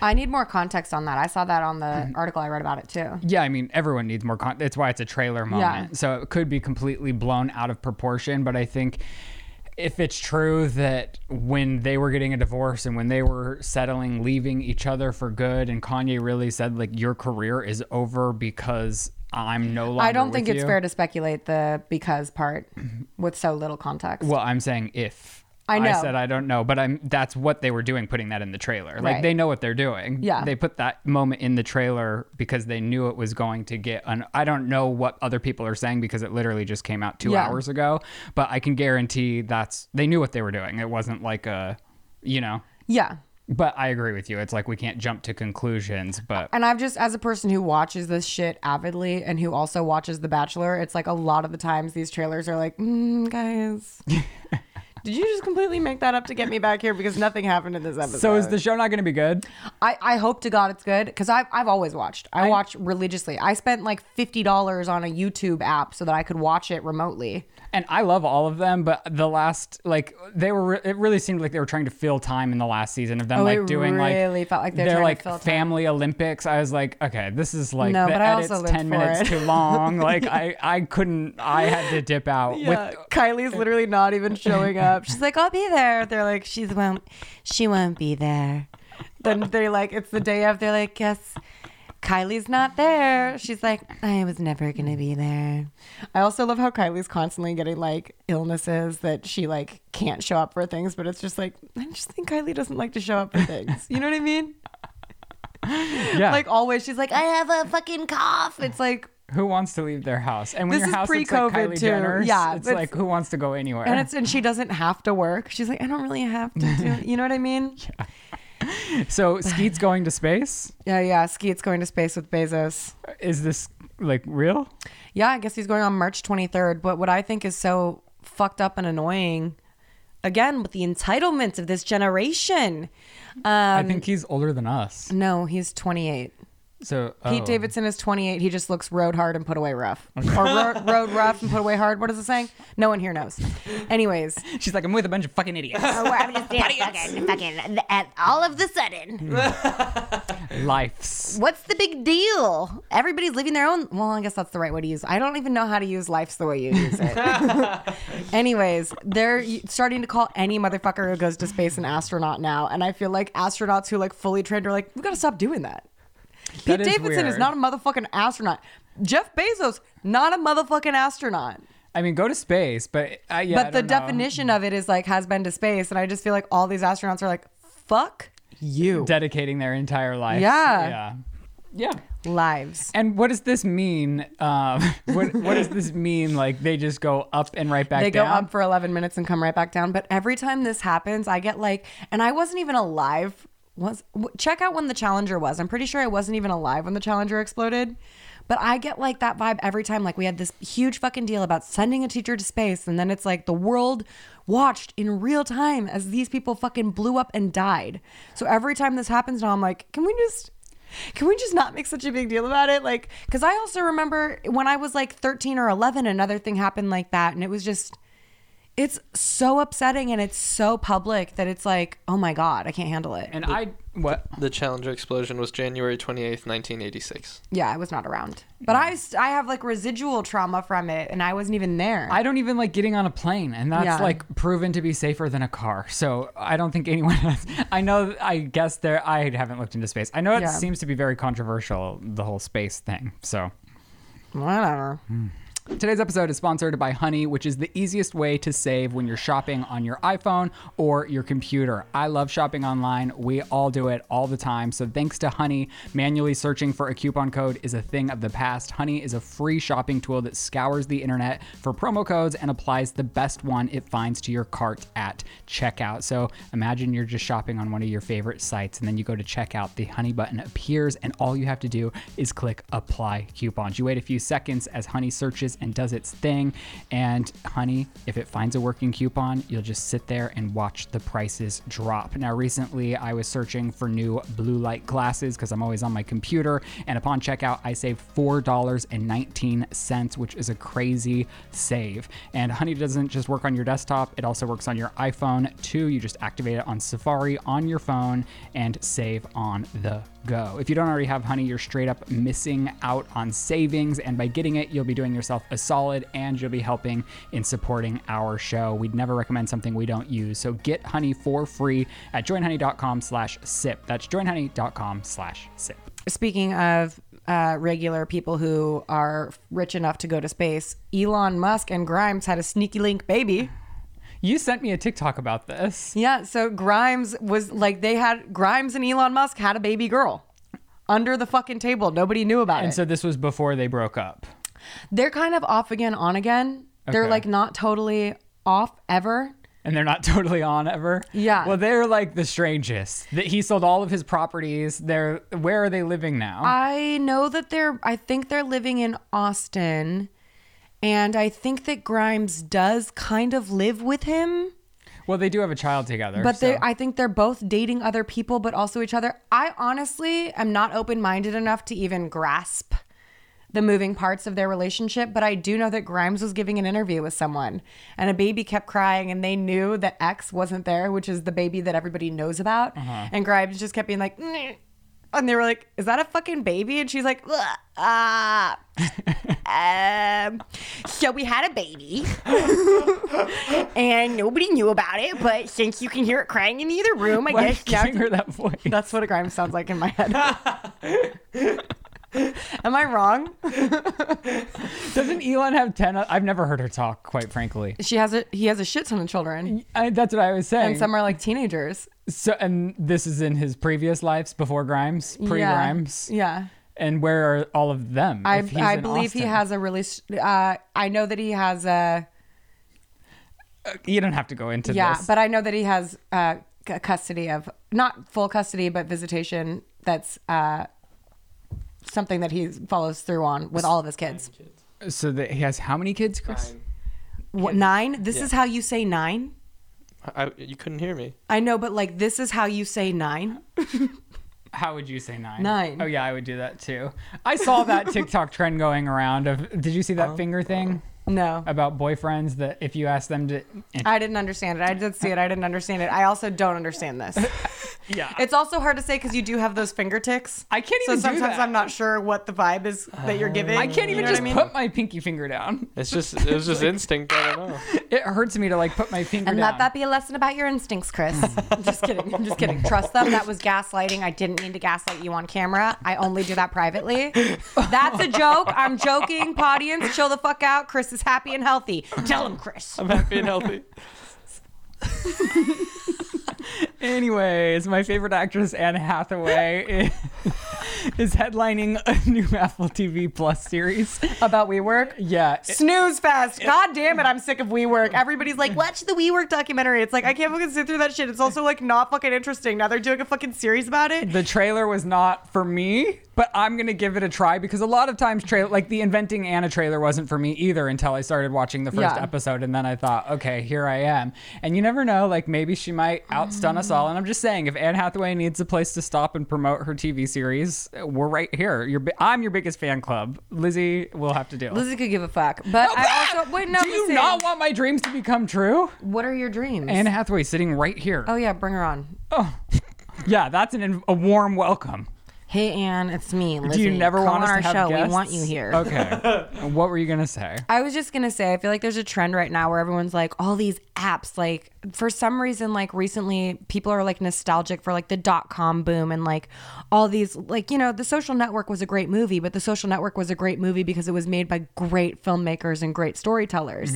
I need more context on that. I saw that on
Mm-hmm.
the article I read about it too.
Yeah, I mean, everyone needs more content. That's why it's a trailer moment. So it could be completely blown out of proportion, but I think if it's true that when they were getting a divorce and when they were settling, leaving each other for good, and Kanye really said, like, your career is over because I'm no longer.
I don't think
with you."
it's
Mm-hmm.
fair to speculate the because part with so little context.
Well, I'm saying if.
I know.
said I don't know, but I'm. That's what they were doing, putting that in the trailer. Like
Right.
they know what they're doing.
Yeah.
They put that moment in the trailer because they knew it was going to get. An, I don't know what other people are saying because it literally just came out two
Yeah.
hours ago. But I can guarantee that's they knew what they were doing. It wasn't like a, you know.
yeah.
But I agree with you. It's like we can't jump to conclusions. But
And I've just, as a person who watches this shit avidly and who also watches The Bachelor, it's like a lot of the times these trailers are like, mm, guys, did you just completely make that up to get me back here? Because nothing happened in this episode.
so is the show not going to be good?
I, I hope to God it's good because I've, I've always watched. I, watch religiously. I spent like $50 on a YouTube app so that I could watch it remotely.
and I love all of them, but the last like they were it really seemed like they were trying to fill time in the last season of them
Oh,
like
it
doing
really
like
felt like they were
their
trying
like
to fill time.
family Olympics. I was like, okay, this is like
No,
the
but I also
edits
lived
ten
for
minutes
it.
too long. Like I I couldn't I had to dip out
Yeah,
with
Kylie's literally not even showing up. She's like, "I'll be there." They're like, "She won't. She won't be there." Then they're like, "It's the day of." They're like, "Yes, Kylie's not there." She's like, "I was never gonna be there." I also love how Kylie's constantly getting like illnesses that she like can't show up for things, but it's just like I just think Kylie doesn't like to show up for things. You know what I mean?
yeah.
Like always, she's like, "I have a fucking cough." It's like.
who wants to leave their house? And when
This
your
is
house looks like
pre-COVID,
Kylie
too.
Jenner's,
Yeah,
it's
but-
like who wants to go anywhere?
And it's and she doesn't have to work. She's like, I don't really have to do. You know what I mean?
so Skeet's going to space.
Yeah, yeah. Skeet's going to space with Bezos.
Is this like real?
Yeah, I guess he's going on March 23rd. But what I think is so fucked up and annoying, again, with the entitlements of this generation.
I
Um,
think he's older than us.
no, he's 28.
So
Pete
oh.
Davidson is 28. He just looks road hard and put away rough. Or road, road rough and put away hard. What is it saying? No one here knows. Anyways,
She's like, I'm with a bunch of fucking idiots.
or whatever this damn fucking, fucking, and all of the sudden,
Life's
what's the big deal?
everybody's living their own. Well, I guess that's the right way to use. I don't even know how to use life's the way you use it. Anyways, they're y- starting to call any motherfucker who goes to space an astronaut now, and I feel like astronauts who like fully trained are like, we gotta stop doing that.
That
Pete
is
Davidson is
weird.
not a motherfucking astronaut. Jeff Bezos not a motherfucking astronaut.
I mean, go to space, but uh, yeah. I
but
don't
the
know.
definition of it is like has been to space, and I just feel like all these astronauts are like, fuck you
dedicating their entire life.
Yeah.
yeah, yeah.
lives.
And what does this mean? Um, what What does this mean? Like they just go up and right back
They
down.
go up for 11 minutes and come right back down. But every time this happens, I get like, and I wasn't even alive. Was w- check out when the Challenger was. I'm pretty sure I wasn't even alive when the Challenger exploded. But I get like that vibe every time. Like we had this huge fucking deal about sending a teacher to space, and then it's like the world watched in real time as these people fucking blew up and died. So every time this happens now, I'm like, can we just can we just not make such a big deal about it? Like, because I also remember when I was like 13 or 11, another thing happened like that. And it was just, it's so upsetting and it's so public that it's like, oh my God, I can't handle it.
and I what?
The Challenger explosion was January 28th, 1986.
Yeah, I was not around. But I, s- I have like residual trauma from it and I wasn't even there.
I don't even like getting on a plane, and that's
Yeah.
like proven to be safer than a car. So I don't think anyone. Has, I know. I guess there. I haven't looked into space. I know it
Yeah.
seems to be very controversial, the whole space thing. So
Whatever.
Today's episode is sponsored by Honey, which is the easiest way to save when you're shopping on your iPhone or your computer. I love shopping online. We all do it all the time. So thanks to Honey, manually searching for a coupon code is a thing of the past. Honey is a free shopping tool that scours the internet for promo codes and applies the best one it finds to your cart at checkout. So imagine you're just shopping on one of your favorite sites and then you go to checkout, the Honey button appears, and all you have to do is click apply coupons. You wait a few seconds as Honey searches and does its thing. And Honey, if it finds a working coupon, you'll just sit there and watch the prices drop. Now, recently I was searching for new blue light glasses because I'm always on my computer. And upon checkout, I saved $4.19, which is a crazy save. And Honey doesn't just work on your desktop, it also works on your iPhone too. You just activate it on Safari on your phone and save on the go. If you don't already have Honey, you're straight up missing out on savings. And by getting it, you'll be doing yourself a solid and you'll be helping in supporting our show. We'd never recommend something we don't use. So get Honey for free at joinhoney.com slash sip. That's joinhoney.com slash sip.
Speaking of uh, regular people who are rich enough to go to space, Elon Musk and Grimes had a sneaky link baby.
You sent me a TikTok about this.
Yeah, so Grimes was like they had Grimes and Elon Musk had a baby girl under the fucking table. Nobody knew about
And
it.
so this was before they broke up.
They're kind of off again, on again. They're
Okay.
like not totally off ever.
and they're not totally on ever.
Yeah.
Well, they're like the strangest. That he sold all of his properties. They're where are they living now?
Uh, I know that they're I think they're living in Austin and I think that Grimes does kind of live with him.
well, they do have a child together.
But they,
so-
I think they're both dating other people, but also each other. I honestly am not open minded enough to even grasp the moving parts of their relationship. But I do know that Grimes was giving an interview with someone, and a baby kept crying, and they knew that X wasn't there, which is the baby that everybody knows about.
Uh-huh.
And Grimes just kept being like, "Nyeh." and they were like, "Is that a fucking baby?" And she's like, "Ugh, "Ah."
Um, so we had a baby, and nobody knew about it. But since you can hear it crying in the other room, I
Why are you
guess now
giving her that voice.
That's what a Grimes sounds like in my head. Am I wrong?
Doesn't Elon have ten? o- I've never heard her talk. Quite frankly,
She has a he has a shit ton of children.
I, that's what I was saying.
and some are like teenagers.
so, and this is in his previous lives before Grimes, pre Grimes,
Yeah.
and where are all of them?
I,
if he's
I
in
believe he
Austin?
has a really, s- uh, I know that he has a,
You don't have to go into
yeah,
this.
but I know that he has uh, c- custody of, not full custody, but visitation that's uh, something that he follows through on with all of his kids.
so that he has how many kids, Chris?
What, nine? This is how you say nine?
I, you couldn't hear me.
I know, but like, this is how you say nine?
How would you say nine?
Nine.
Oh yeah, I would do that too. I saw that TikTok trend going around of did you see
Oh.
that finger thing
No.
about boyfriends that if you ask them to
I didn't understand it. I did see it. I didn't understand it. I also don't understand this.
Yeah.
It's also hard to say because you do have those finger ticks.
I can't
so
even do
sometimes
that.
I'm not sure what the vibe is that you're giving.
I can't even
you know
just
what I mean?
put my pinky finger down.
It's just it was just instinct. I don't know.
It hurts me to like put my finger
And
down.
let that be a lesson about your instincts, Chris. I'm just kidding. I'm just kidding. Trust them. That was gaslighting. I didn't mean to gaslight you on camera. I only do that privately. That's a joke. I'm joking. Audience, chill the fuck out. Chris is happy and healthy. Tell him, Chris.
I'm happy and healthy.
Anyways, my favorite actress Anne Hathaway is, is headlining a new Apple TV Plus series.
About WeWork.
Yeah. it-
Snooze fest. God damn it, I'm sick of WeWork. Everybody's like, watch the WeWork documentary. It's like I can't fucking sit through that shit. It's also like not fucking interesting. Now they're doing a fucking series about it.
the trailer was not for me, but I'm gonna give it a try because a lot of times trailer like the inventing Anna trailer wasn't for me either until I started watching the first
Yeah.
episode and then I thought, okay, here I am. And you never know, like maybe she might outstun us all. And I'm just saying, if Anne Hathaway needs a place to stop and promote her TV series, we're right here. Your bi- I'm your biggest fan club. Lizzie will have to deal.
Lizzie could give a fuck, but I also wait. No,
Do you
listen.
not want my dreams to become true?
what are your dreams?
Anne
Uh,
Hathaway sitting right here.
oh yeah, bring her on.
Yeah, that's an, in- a warm welcome.
Hey, Anne, it's me, Lizzie.
Do you never
Come
want
on
us
our
to have
show?
guests?
We want you here.
Okay. what were you gonna say?
I was just gonna say, I feel like there's a trend right now where everyone's like, all these apps, like for some reason, like recently, people are like nostalgic for like the dot com boom and like all these, like you know, the Social Network was a great movie, but the Social Network was a great movie because it was made by great filmmakers and great storytellers.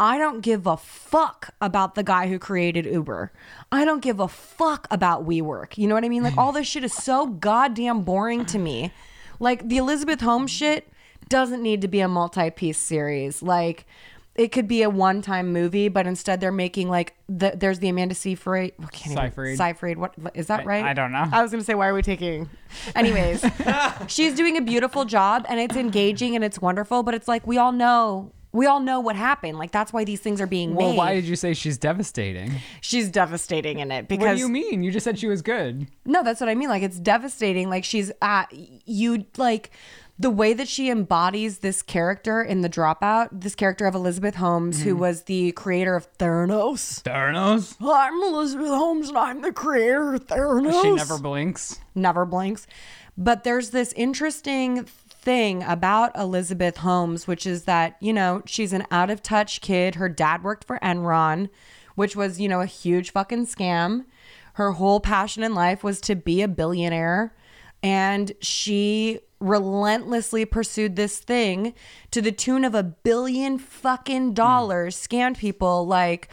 I don't give a fuck about the guy who created Uber. I don't give a fuck about WeWork. You know what I mean? Like all this shit is so goddamn boring to me. Like the Elizabeth Holmes shit doesn't need to be a multi-piece series. Like it could be a one-time movie, but instead they're making like the, there's the Amanda Seyfried. I can't even-
Seyfried.
Seyfried. What is that right?
I don't know.
I was gonna say, why are we taking? Anyways, she's doing a beautiful job, and it's engaging and it's wonderful. But it's like we all know. We all know what happened. Like that's why these things are being
Well,
made.
why did you say she's devastating?
She's devastating in it because
What do you mean? You just said she was good.
no, that's what I mean. Like it's devastating. Like she's at you like the way that she embodies this character in the dropout, this character of Elizabeth Holmes,
Mm-hmm.
who was the creator of Theranos.
Darnos.
I'm Elizabeth Holmes and I'm the creator of Theranos.
She never blinks.
never blinks. But there's this interesting thing about Elizabeth Holmes, which is that, you know, she's an out of touch kid. Her dad worked for Enron, which was, you know, a huge fucking scam. Her whole passion in life was to be a billionaire. And she relentlessly pursued this thing to the tune of a billion fucking dollars, scammed people like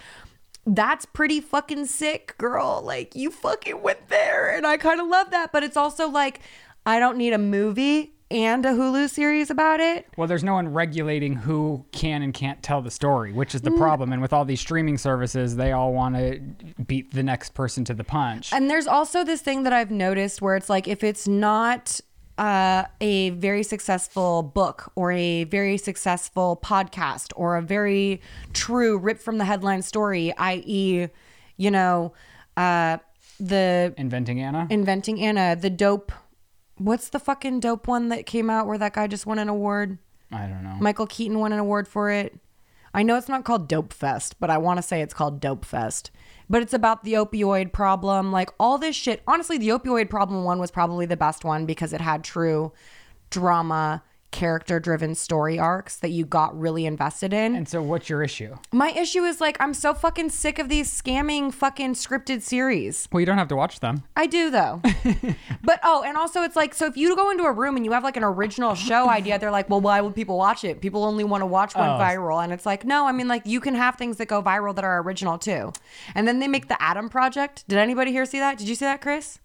that's pretty fucking sick, girl. Like, you fucking went there. And I kind of love that. But it's also like, I don't need a movie and a Hulu series about it.
Well, there's no one regulating who can and can't tell the story, which
Mm.
is the problem. And with all these streaming services, they all want to beat the next person to the punch.
And there's also this thing that I've noticed where it's like if it's not uh, a very successful book or a very successful podcast or a very true rip from the headline story, i.e., you know, uh, the
Inventing Anna.
inventing Anna, the dope. What's the fucking dope one that came out where that guy just won an award?
I don't know.
Michael Keaton won an award for it. I know it's not called Dope Fest, but I want to say it's called Dope Fest. But it's about the opioid problem, like all this shit. Honestly, the opioid problem one was probably the best one because it had true drama, character driven story arcs that you got really invested in.
and so, what's your issue?
My issue is like, I'm so fucking sick of these scamming fucking scripted series.
Well, you don't have to watch them.
I do though. but oh, and also it's like so if you go into a room and you have like an original show idea, they're like, well, why would people watch it? People only want to watch one viral, and it's like, no, I mean like you can have things that go viral that are original too. And then they make the Atom Project. Did anybody here see that? Did you see that, Chris?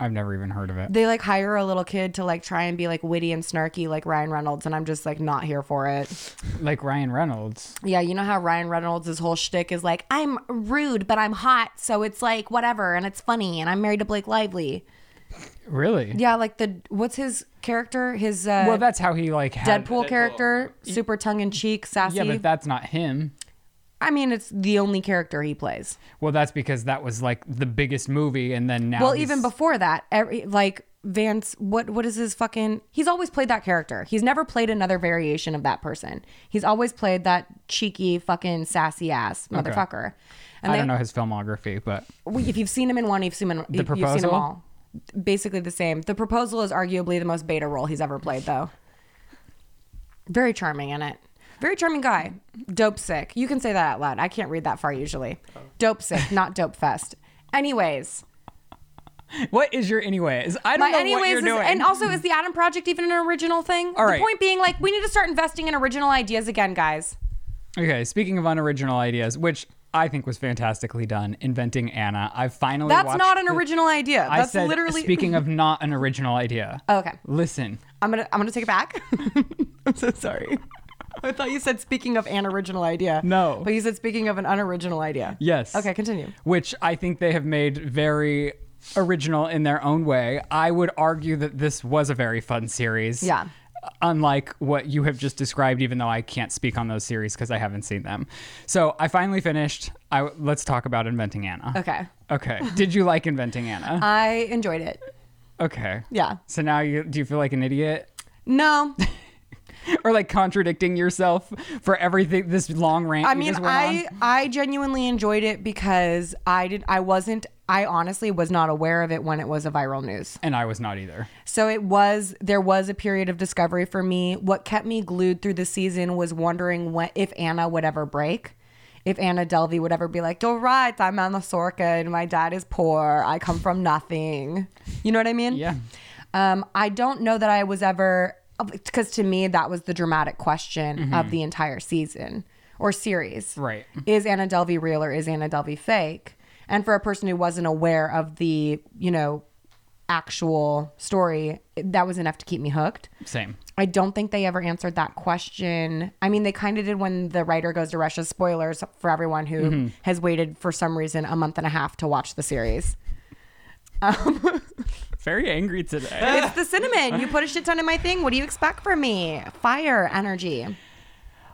I've never even heard of it.
They like hire a little kid to like try and be like witty and snarky like Ryan Reynolds, and I'm just like not here for it.
Like Ryan Reynolds.
Yeah, you know how Ryan Reynolds' his whole shtick is like, I'm rude, but I'm hot, so it's like whatever, and it's funny, and I'm married to Blake Lively.
Really?
Yeah, like the what's his character? His uh,
Well, that's how he like had.
Deadpool, character, super tongue in cheek, sassy.
Yeah, but that's not him.
I mean, it's the only character he plays.
Well, that's because that was like the biggest movie, and then now.
well,
he's-
even before that, every like Vance, what what is his fucking? He's always played that character. He's never played another variation of that person. He's always played that cheeky, fucking sassy ass motherfucker.
I
And they-
don't know his filmography, but
we- if you've seen him in one, you've seen him. The You've seen
Proposal?
them all. Basically the same. The proposal is arguably the most beta role he's ever played, though. Very charming in it. Very charming guy. Dope sick. You can say that out loud. I can't read that far usually. Dope sick, not dope fest. Anyways,
what is your anyways? I
my
don't know what
anyways
you're
is,
doing.
and also is the Adam Project even an original thing?
All
the
right.
point being, like, we need to start investing in original ideas again, guys.
Okay, speaking of unoriginal ideas, which I think was fantastically done, inventing Anna. I finally
That's
watched
not an
the-
original idea.
I
That's
said,
literally.
speaking of not an original idea.
Okay.
Listen,
I'm gonna I'm gonna take it back. I'm so sorry. I thought you said speaking of an original idea.
No.
But you said speaking of an unoriginal idea.
yes.
Okay, continue.
Which I think they have made very original in their own way. I would argue that this was a very fun series.
Yeah.
Unlike what you have just described, even though I can't speak on those series because I haven't seen them. So I finally finished. I, let's talk about Inventing Anna.
Okay.
Okay. Did you like Inventing Anna?
I enjoyed it.
okay.
Uh, Yeah.
So now you do you feel like an idiot?
No.
or like contradicting yourself for everything this long rant
I
you
mean
just went
I I genuinely enjoyed it because I did I wasn't I honestly was not aware of it when it was a viral news.
And I was not either.
So it was there was a period of discovery for me. What kept me glued through the season was wondering what if Anna would ever break. If Anna Delvey would ever be like, all right, I'm Anna Sorka and my dad is poor. I come from nothing. You know what I mean?
Yeah.
Um, I don't know that I was ever because to me that was the dramatic question of the entire season or series.
Mm-hmm. Right.
Is Anna Delvey real or is Anna Delvey fake? And for a person who wasn't aware of the, you know, actual story, that was enough to keep me hooked.
Same.
I don't think they ever answered that question. I mean, they kind of did when the writer goes to Russia. Spoilers for everyone who has waited for some reason a month and a half to watch the series.
Very angry today.
It's the cinnamon. You put a shit ton in my thing. What do you expect from me? Fire energy.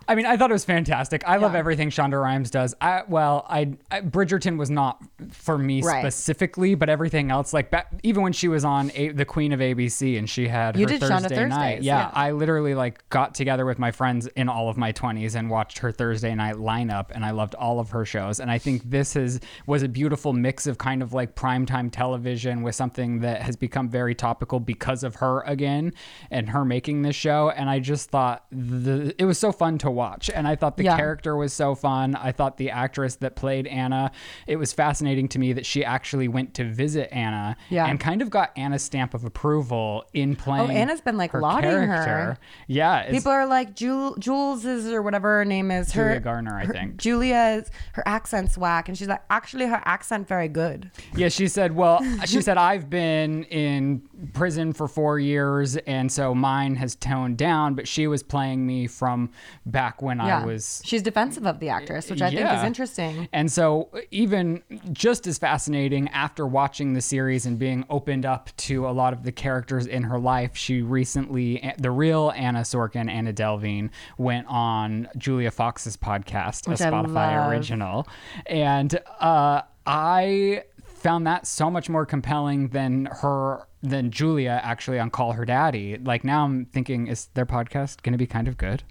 I mean, I thought it was fantastic. I love everything Shonda Rhimes does. I, well, I, I Bridgerton was not for me
Right.
specifically, but everything else, like ba even when she was on a, the Queen of ABC and she had
You
her
did Shonda
Thursday night.
Thursdays,
Yeah,
yeah.
I literally like got together with my friends in all of my twenties and watched her Thursday night lineup, and I loved all of her shows. And I think this is was a beautiful mix of kind of like primetime television with something that has become very topical because of her again and her making this show. And I just thought the it was so fun to watch, and I thought the
Yeah.
character was so fun. I thought the actress that played Anna, it was fascinating to me that she actually went to visit Anna
Yeah.
and kind of got Anna's stamp of approval in playing
Oh, Anna's been, like, lauding her.
yeah, it's
People are like Jul- Jules is or whatever her name is. Her,
Julia Garner, I
her-
think.
Julia's her accent's whack, and she's like, actually, her accent very good.
yeah. She said, "Well, she said I've been in prison for four years, and so mine has toned down." But she was playing me from back when I was
She's defensive of the actress, which I think
Yeah.
is interesting.
And so, even just as fascinating after watching the series and being opened up to a lot of the characters in her life, she recently, eh, the real Anna Sorkin, Anna Delvine, went on Julia Fox's podcast,
Which
a
I
Spotify
love.
original. And uh, I found that so much more compelling than her. Than Julia actually on Call Her Daddy. Like now I'm thinking, is their podcast going to be kind of good?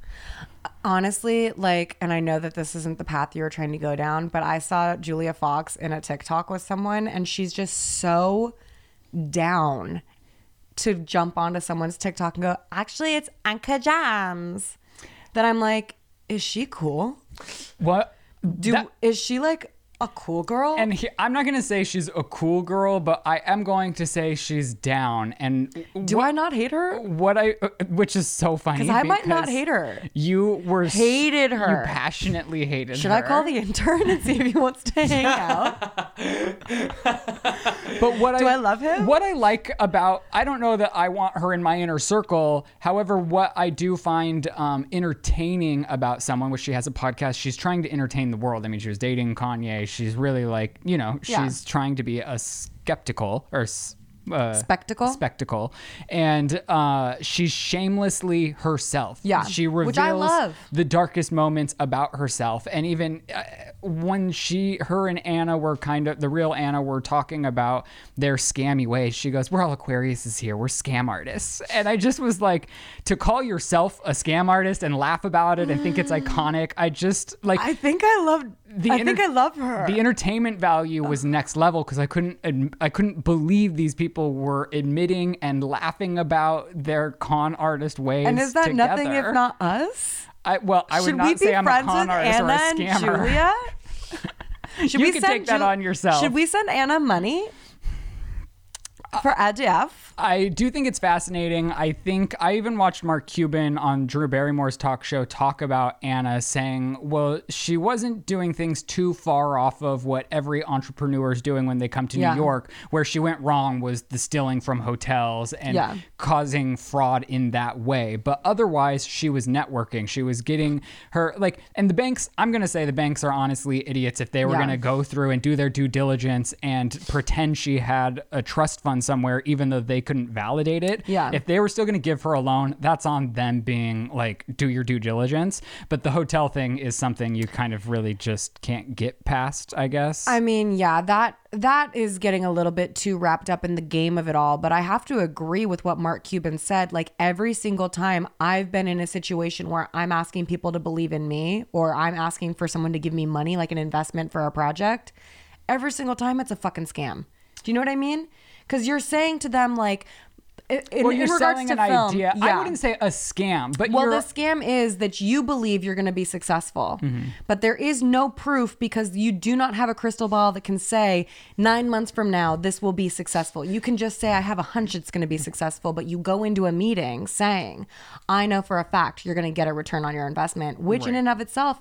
Honestly, like, and I know that this isn't the path you were trying to go down, but I saw Julia Fox in a TikTok with someone, and she's just so down to jump onto someone's TikTok and go, actually, it's Anka Jams. That I'm like, is she cool?
What?
Do
That-
is she like a cool girl?
And he, I'm not going to say she's a cool girl, but I am going to say she's down. And
do I not hate her?
what I, which is so funny,
'Cause I might not
because
hate her.
You were s-
Hated her.
You passionately hated
Should
her.
I call the intern and see if he wants to hang out?
But what
Do
I,
I love him?
What I like about I don't know that I want her in my inner circle. However, what I do find um, entertaining about someone, which she has a podcast, she's trying to entertain the world. I mean, she was dating Kanye. She's really like you know she's
Yeah.
trying to be a skeptical or. s- Uh,
Spectacle?
spectacle, and uh, she's shamelessly herself.
Yeah,
she reveals
which I love.
the darkest moments about herself and even uh, when she her and anna were kind of the real anna were talking about their scammy ways she goes we're all aquariuses here we're scam artists and i just was like to call yourself a scam artist and laugh about it and think it's iconic i just like
I think I love.
the
I
enter-
think I love her.
The entertainment value was next level because I couldn't ad- I couldn't believe these people were admitting and laughing about their con artist ways.
and is that nothing if
together.
not us?
I, well, I would
Should
not
we be
say I'm a
friends
con
with
artist
Anna
or a
and
scammer.
Julia? Should
You can take that on yourself.
Should we send Anna money for IDF?
I do think it's fascinating. I think I even watched Mark Cuban on Drew Barrymore's talk show talk about Anna saying, well, she wasn't doing things too far off of what every entrepreneur is doing when they come to
Yeah.
New York. Where she went wrong was the stealing from hotels and
Yeah.
causing fraud in that way. But otherwise, she was networking. She was getting her, like, and the banks, I'm going to say the banks are honestly idiots if they were
Yeah.
going to go through and do their due diligence and pretend she had a trust fund somewhere, even though they couldn't validate it.
Yeah.
If they were still going to give her a loan, that's on them being like, do your due diligence. But the hotel thing is something you kind of really just can't get past, I guess.
I mean, yeah, that that is getting a little bit too wrapped up in the game of it all, but I have to agree with what Mark Cuban said. Like every single time I've been in a situation where I'm asking people to believe in me or I'm asking for someone to give me money like an investment for a project, every single time it's a fucking scam. Do you know what I mean? Because you're saying to them like, i- in,
Well,
in
you're
regards
selling
to
an
film,
idea. I
yeah.
wouldn't say a scam, but
Well,
you're,
the scam is that you believe you're going to be successful,
Mm-hmm.
but there is no proof because you do not have a crystal ball that can say nine months from now this will be successful. You can just say, I have a hunch it's going to
Mm-hmm.
be successful, but you go into a meeting saying, I know for a fact you're going to get a return on your investment, which in
Right.
and of itself,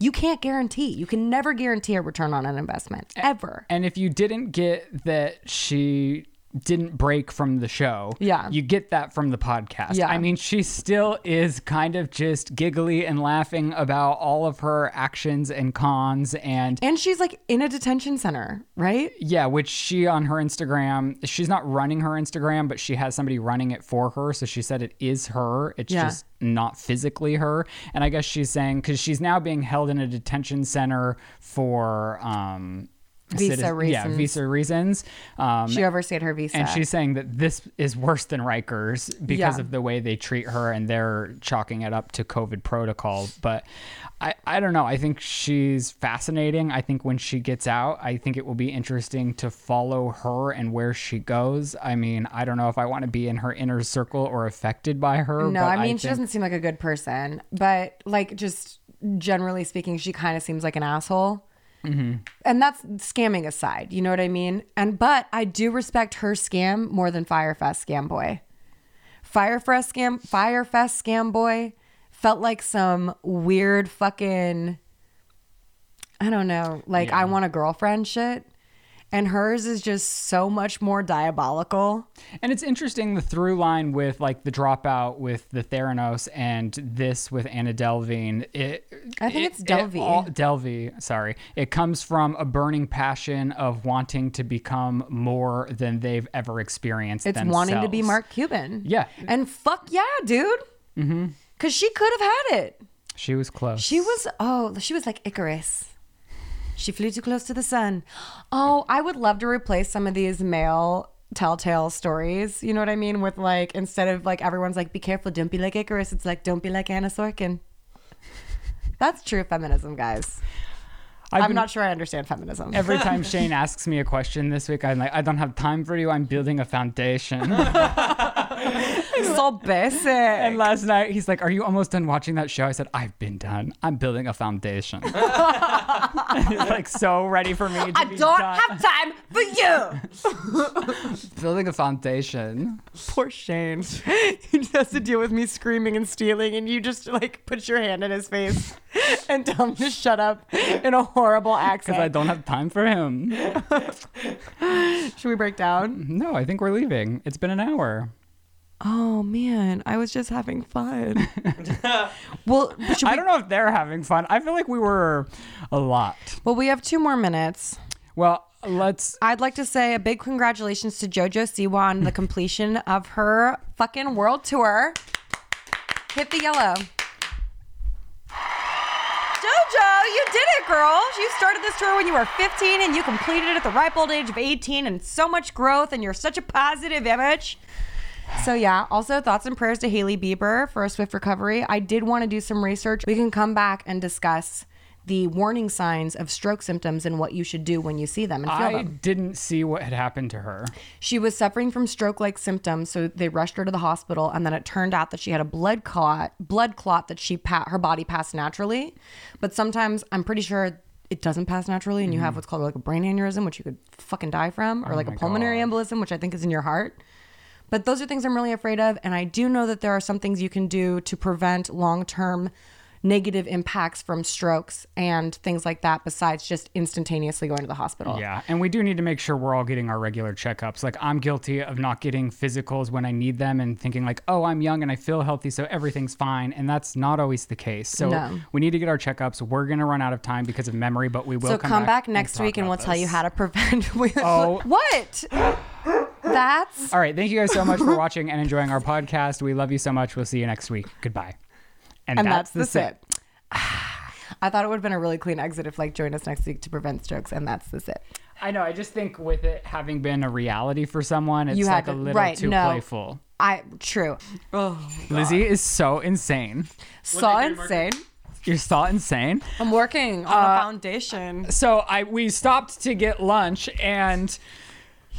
you can't guarantee. You can never guarantee a return on an investment, ever.
And if you didn't get that she didn't break from the show,
Yeah.
you get that from the podcast.
Yeah.
I mean, she still is kind of just giggly and laughing about all of her actions and cons and
And she's like in a detention center, right?
yeah, which she on her Instagram, she's not running her Instagram, but she has somebody running it for her. So she said it is her. It's
Yeah.
just not physically her. And I guess she's saying because she's now being held in a detention center for um,
Visa
Yeah,
reasons.
visa reasons. Um,
She overstayed her visa.
and she's saying that this is worse than Rikers because
Yeah.
of the way they treat her and they're chalking it up to COVID protocol. But I, I don't know. I think she's fascinating. I think when she gets out, I think it will be interesting to follow her and where she goes. I mean, I don't know if I want to be in her inner circle or affected by her.
No,
but
I mean she
think-
doesn't seem like a good person, but like just generally speaking, she kind of seems like an asshole.
Mm-hmm.
And that's scamming aside, you know what I mean? And but I do respect her scam more than Firefest scam boy. Firefest scam Firefest scam boy felt like some weird fucking I don't know, like I want a girlfriend shit. And hers is just so much more diabolical.
And it's interesting the through line with like the dropout with the Theranos and this with Anna Delvine. It,
I think it's
it-
Delvey.
It all, Delvey, sorry. It comes from a burning passion of wanting to become more than they've ever experienced.
It's wanting to be
themselves.
Mark Cuban.
Yeah.
And fuck yeah, dude. Mm-hmm. Cause she could have had it.
She was close.
She was oh, she was like Icarus. She flew too close to the sun. Oh, I would love to replace some of these male telltale stories. You know what I mean? With like instead of like everyone's like, be careful, don't be like Icarus. It's like don't be like Anna Sorkin. That's true feminism, guys.
I've
I'm
been-
not sure I understand feminism.
Every time Shane asks me a question this week, I'm like, I don't have time for you. I'm building a foundation.
so basic.
and last night, he's like, Are you almost done watching that show? I said, I've been done. I'm building a foundation. he's like, so ready for me. To
I
be
don't
done.
have time for you.
building a foundation.
Poor Shane. He has to deal with me screaming and stealing, and you just like put your hand in his face and tell him to shut up in a horrible accent.
Because I don't have time for him.
Should we break down?
No, I think we're leaving. It's been an hour.
Oh man, I was just having fun. well, should
I
we?
don't know if they're having fun. I feel like we were a lot.
Well, we have two more minutes.
Well, let's.
I'd like to say a big congratulations to JoJo Siwa on the completion of her fucking world tour. Hit the yellow. JoJo, you did it, girl. You started this tour when you were 15 and you completed it at the ripe old age of 18 and so much growth and you're such a positive image. So yeah, also thoughts and prayers to Haley Bieber for a swift recovery. I did want to do some research. We can come back and discuss the warning signs of stroke symptoms and what you should do when you see them and feel
I
them.
didn't see what had happened to her.
She was suffering from stroke-like symptoms, so they rushed her to the hospital, and then it turned out that she had a blood clot, blood clot that she pa- her body passed naturally. But sometimes I'm pretty sure it doesn't pass naturally, and you have what's called like a brain aneurysm, which you could fucking die from, or like a pulmonary embolism, which I think is in your heart. But those are things I'm really afraid of, and I do know that there are some things you can do to prevent long-term negative impacts from strokes and things like that besides just instantaneously going to the hospital.
Yeah, and we do need to make sure we're all getting our regular checkups. Like, I'm guilty of not getting physicals when I need them and thinking, like, oh, I'm young and I feel healthy, so everything's fine. And that's not always the case. So,
No.
we need to get our checkups. We're going to run out of time because of memory, but we will
So
come,
come, back, next
talk
week and
about
we'll tell you
this.
how to prevent. we-
Oh.
What? That's
All right. Thank you guys so much for watching and enjoying our podcast. We love you so much. We'll see you next week. Goodbye.
and that's, the sip. I thought it would have been a really clean exit if like join us next week to prevent strokes and that's the sip.
I know. I just think with it having been a reality for someone, it's
You
like
had
a
to-
little
right,
too
no.
playful.
I true.
Lizzie is so insane.
So insane.
You're thought insane.
I'm working on a foundation.
So I we stopped to get lunch and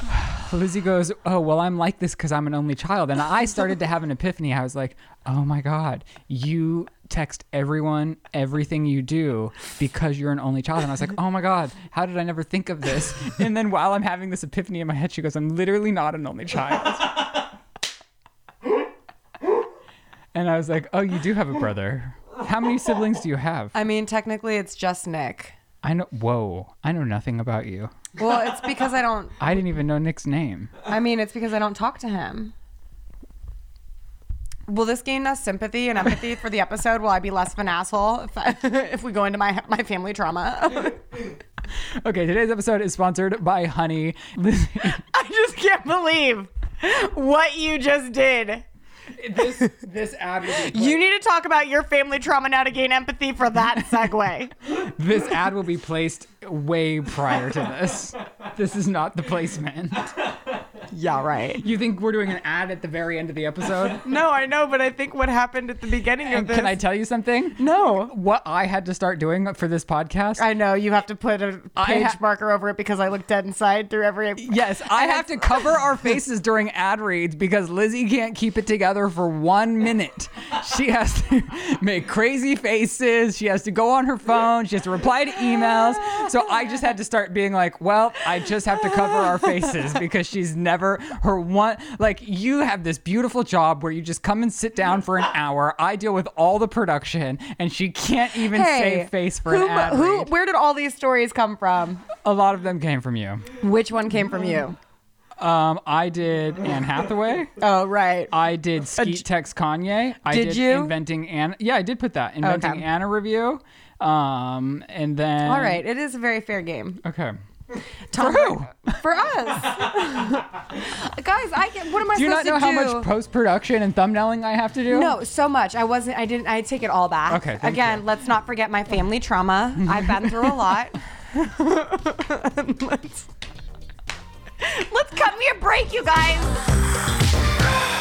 Lizzie goes, "Oh, well I'm like this cuz I'm an only child." And I started to have an epiphany. I was like, "Oh my god, you text everyone everything you do because you're an only child." And I was like, "Oh my god, how did I never think of this?" And then while I'm having this epiphany in my head, she goes, "I'm literally not an only child." And I was like, "Oh, you do have a brother. How many siblings do you have?"
I mean, technically, it's just Nick.
I know. Whoa, I know nothing about you.
Well, it's because I don't.
I didn't even know Nick's name.
I mean, it's because I don't talk to him. Will this gain us sympathy and empathy for the episode? Will I be less of an asshole if, I, if we go into my my family trauma?
Okay, today's episode is sponsored by Honey. Liz-
I just can't believe what you just did.
this this ad will be,
You need to talk about your family trauma now to gain empathy for that segue.
this ad will be placed way prior to this. This is not the placement.
yeah, right.
You think we're doing an ad at the very end of the episode?
No, I know, but I think what happened at the beginning of
And
this.
can I tell you something?
no.
What I had to start doing for this podcast?
I know you have to put a page
ha-
marker over it because I look dead inside through every.
Yes, I have to cover our faces during ad reads because Lizzie can't keep it together for one minute. She has to make crazy faces. She has to go on her phone. She has to reply to emails. So I just had to start being like, well, I just have to cover our faces because she's never her one. Like, you have this beautiful job where you just come and sit down for an hour. I deal with all the production, and she can't even save face for
who,
an ad
who,
read.
Where did all these stories come from?
A lot of them came from you.
Which one came from you?
Um, I did Anne Hathaway.
Oh, right.
I did Skeet Text Kanye. I
did
did,
you?
Inventing Anna. Yeah, I did put that. Inventing
Okay.
Anna review. Um, and then.
All right. It is a very fair game.
Okay.
Tom,
who?
For us. Guys, I get, what am I
Do you not
supposed
know
to
how
do?
much post production and thumbnailing I have to do?
No, so much. I wasn't. I didn't. I take it all back.
Okay, thank
Again,
you.
let's not forget my family trauma. I've been through a lot. let's let's cut me a break, you guys.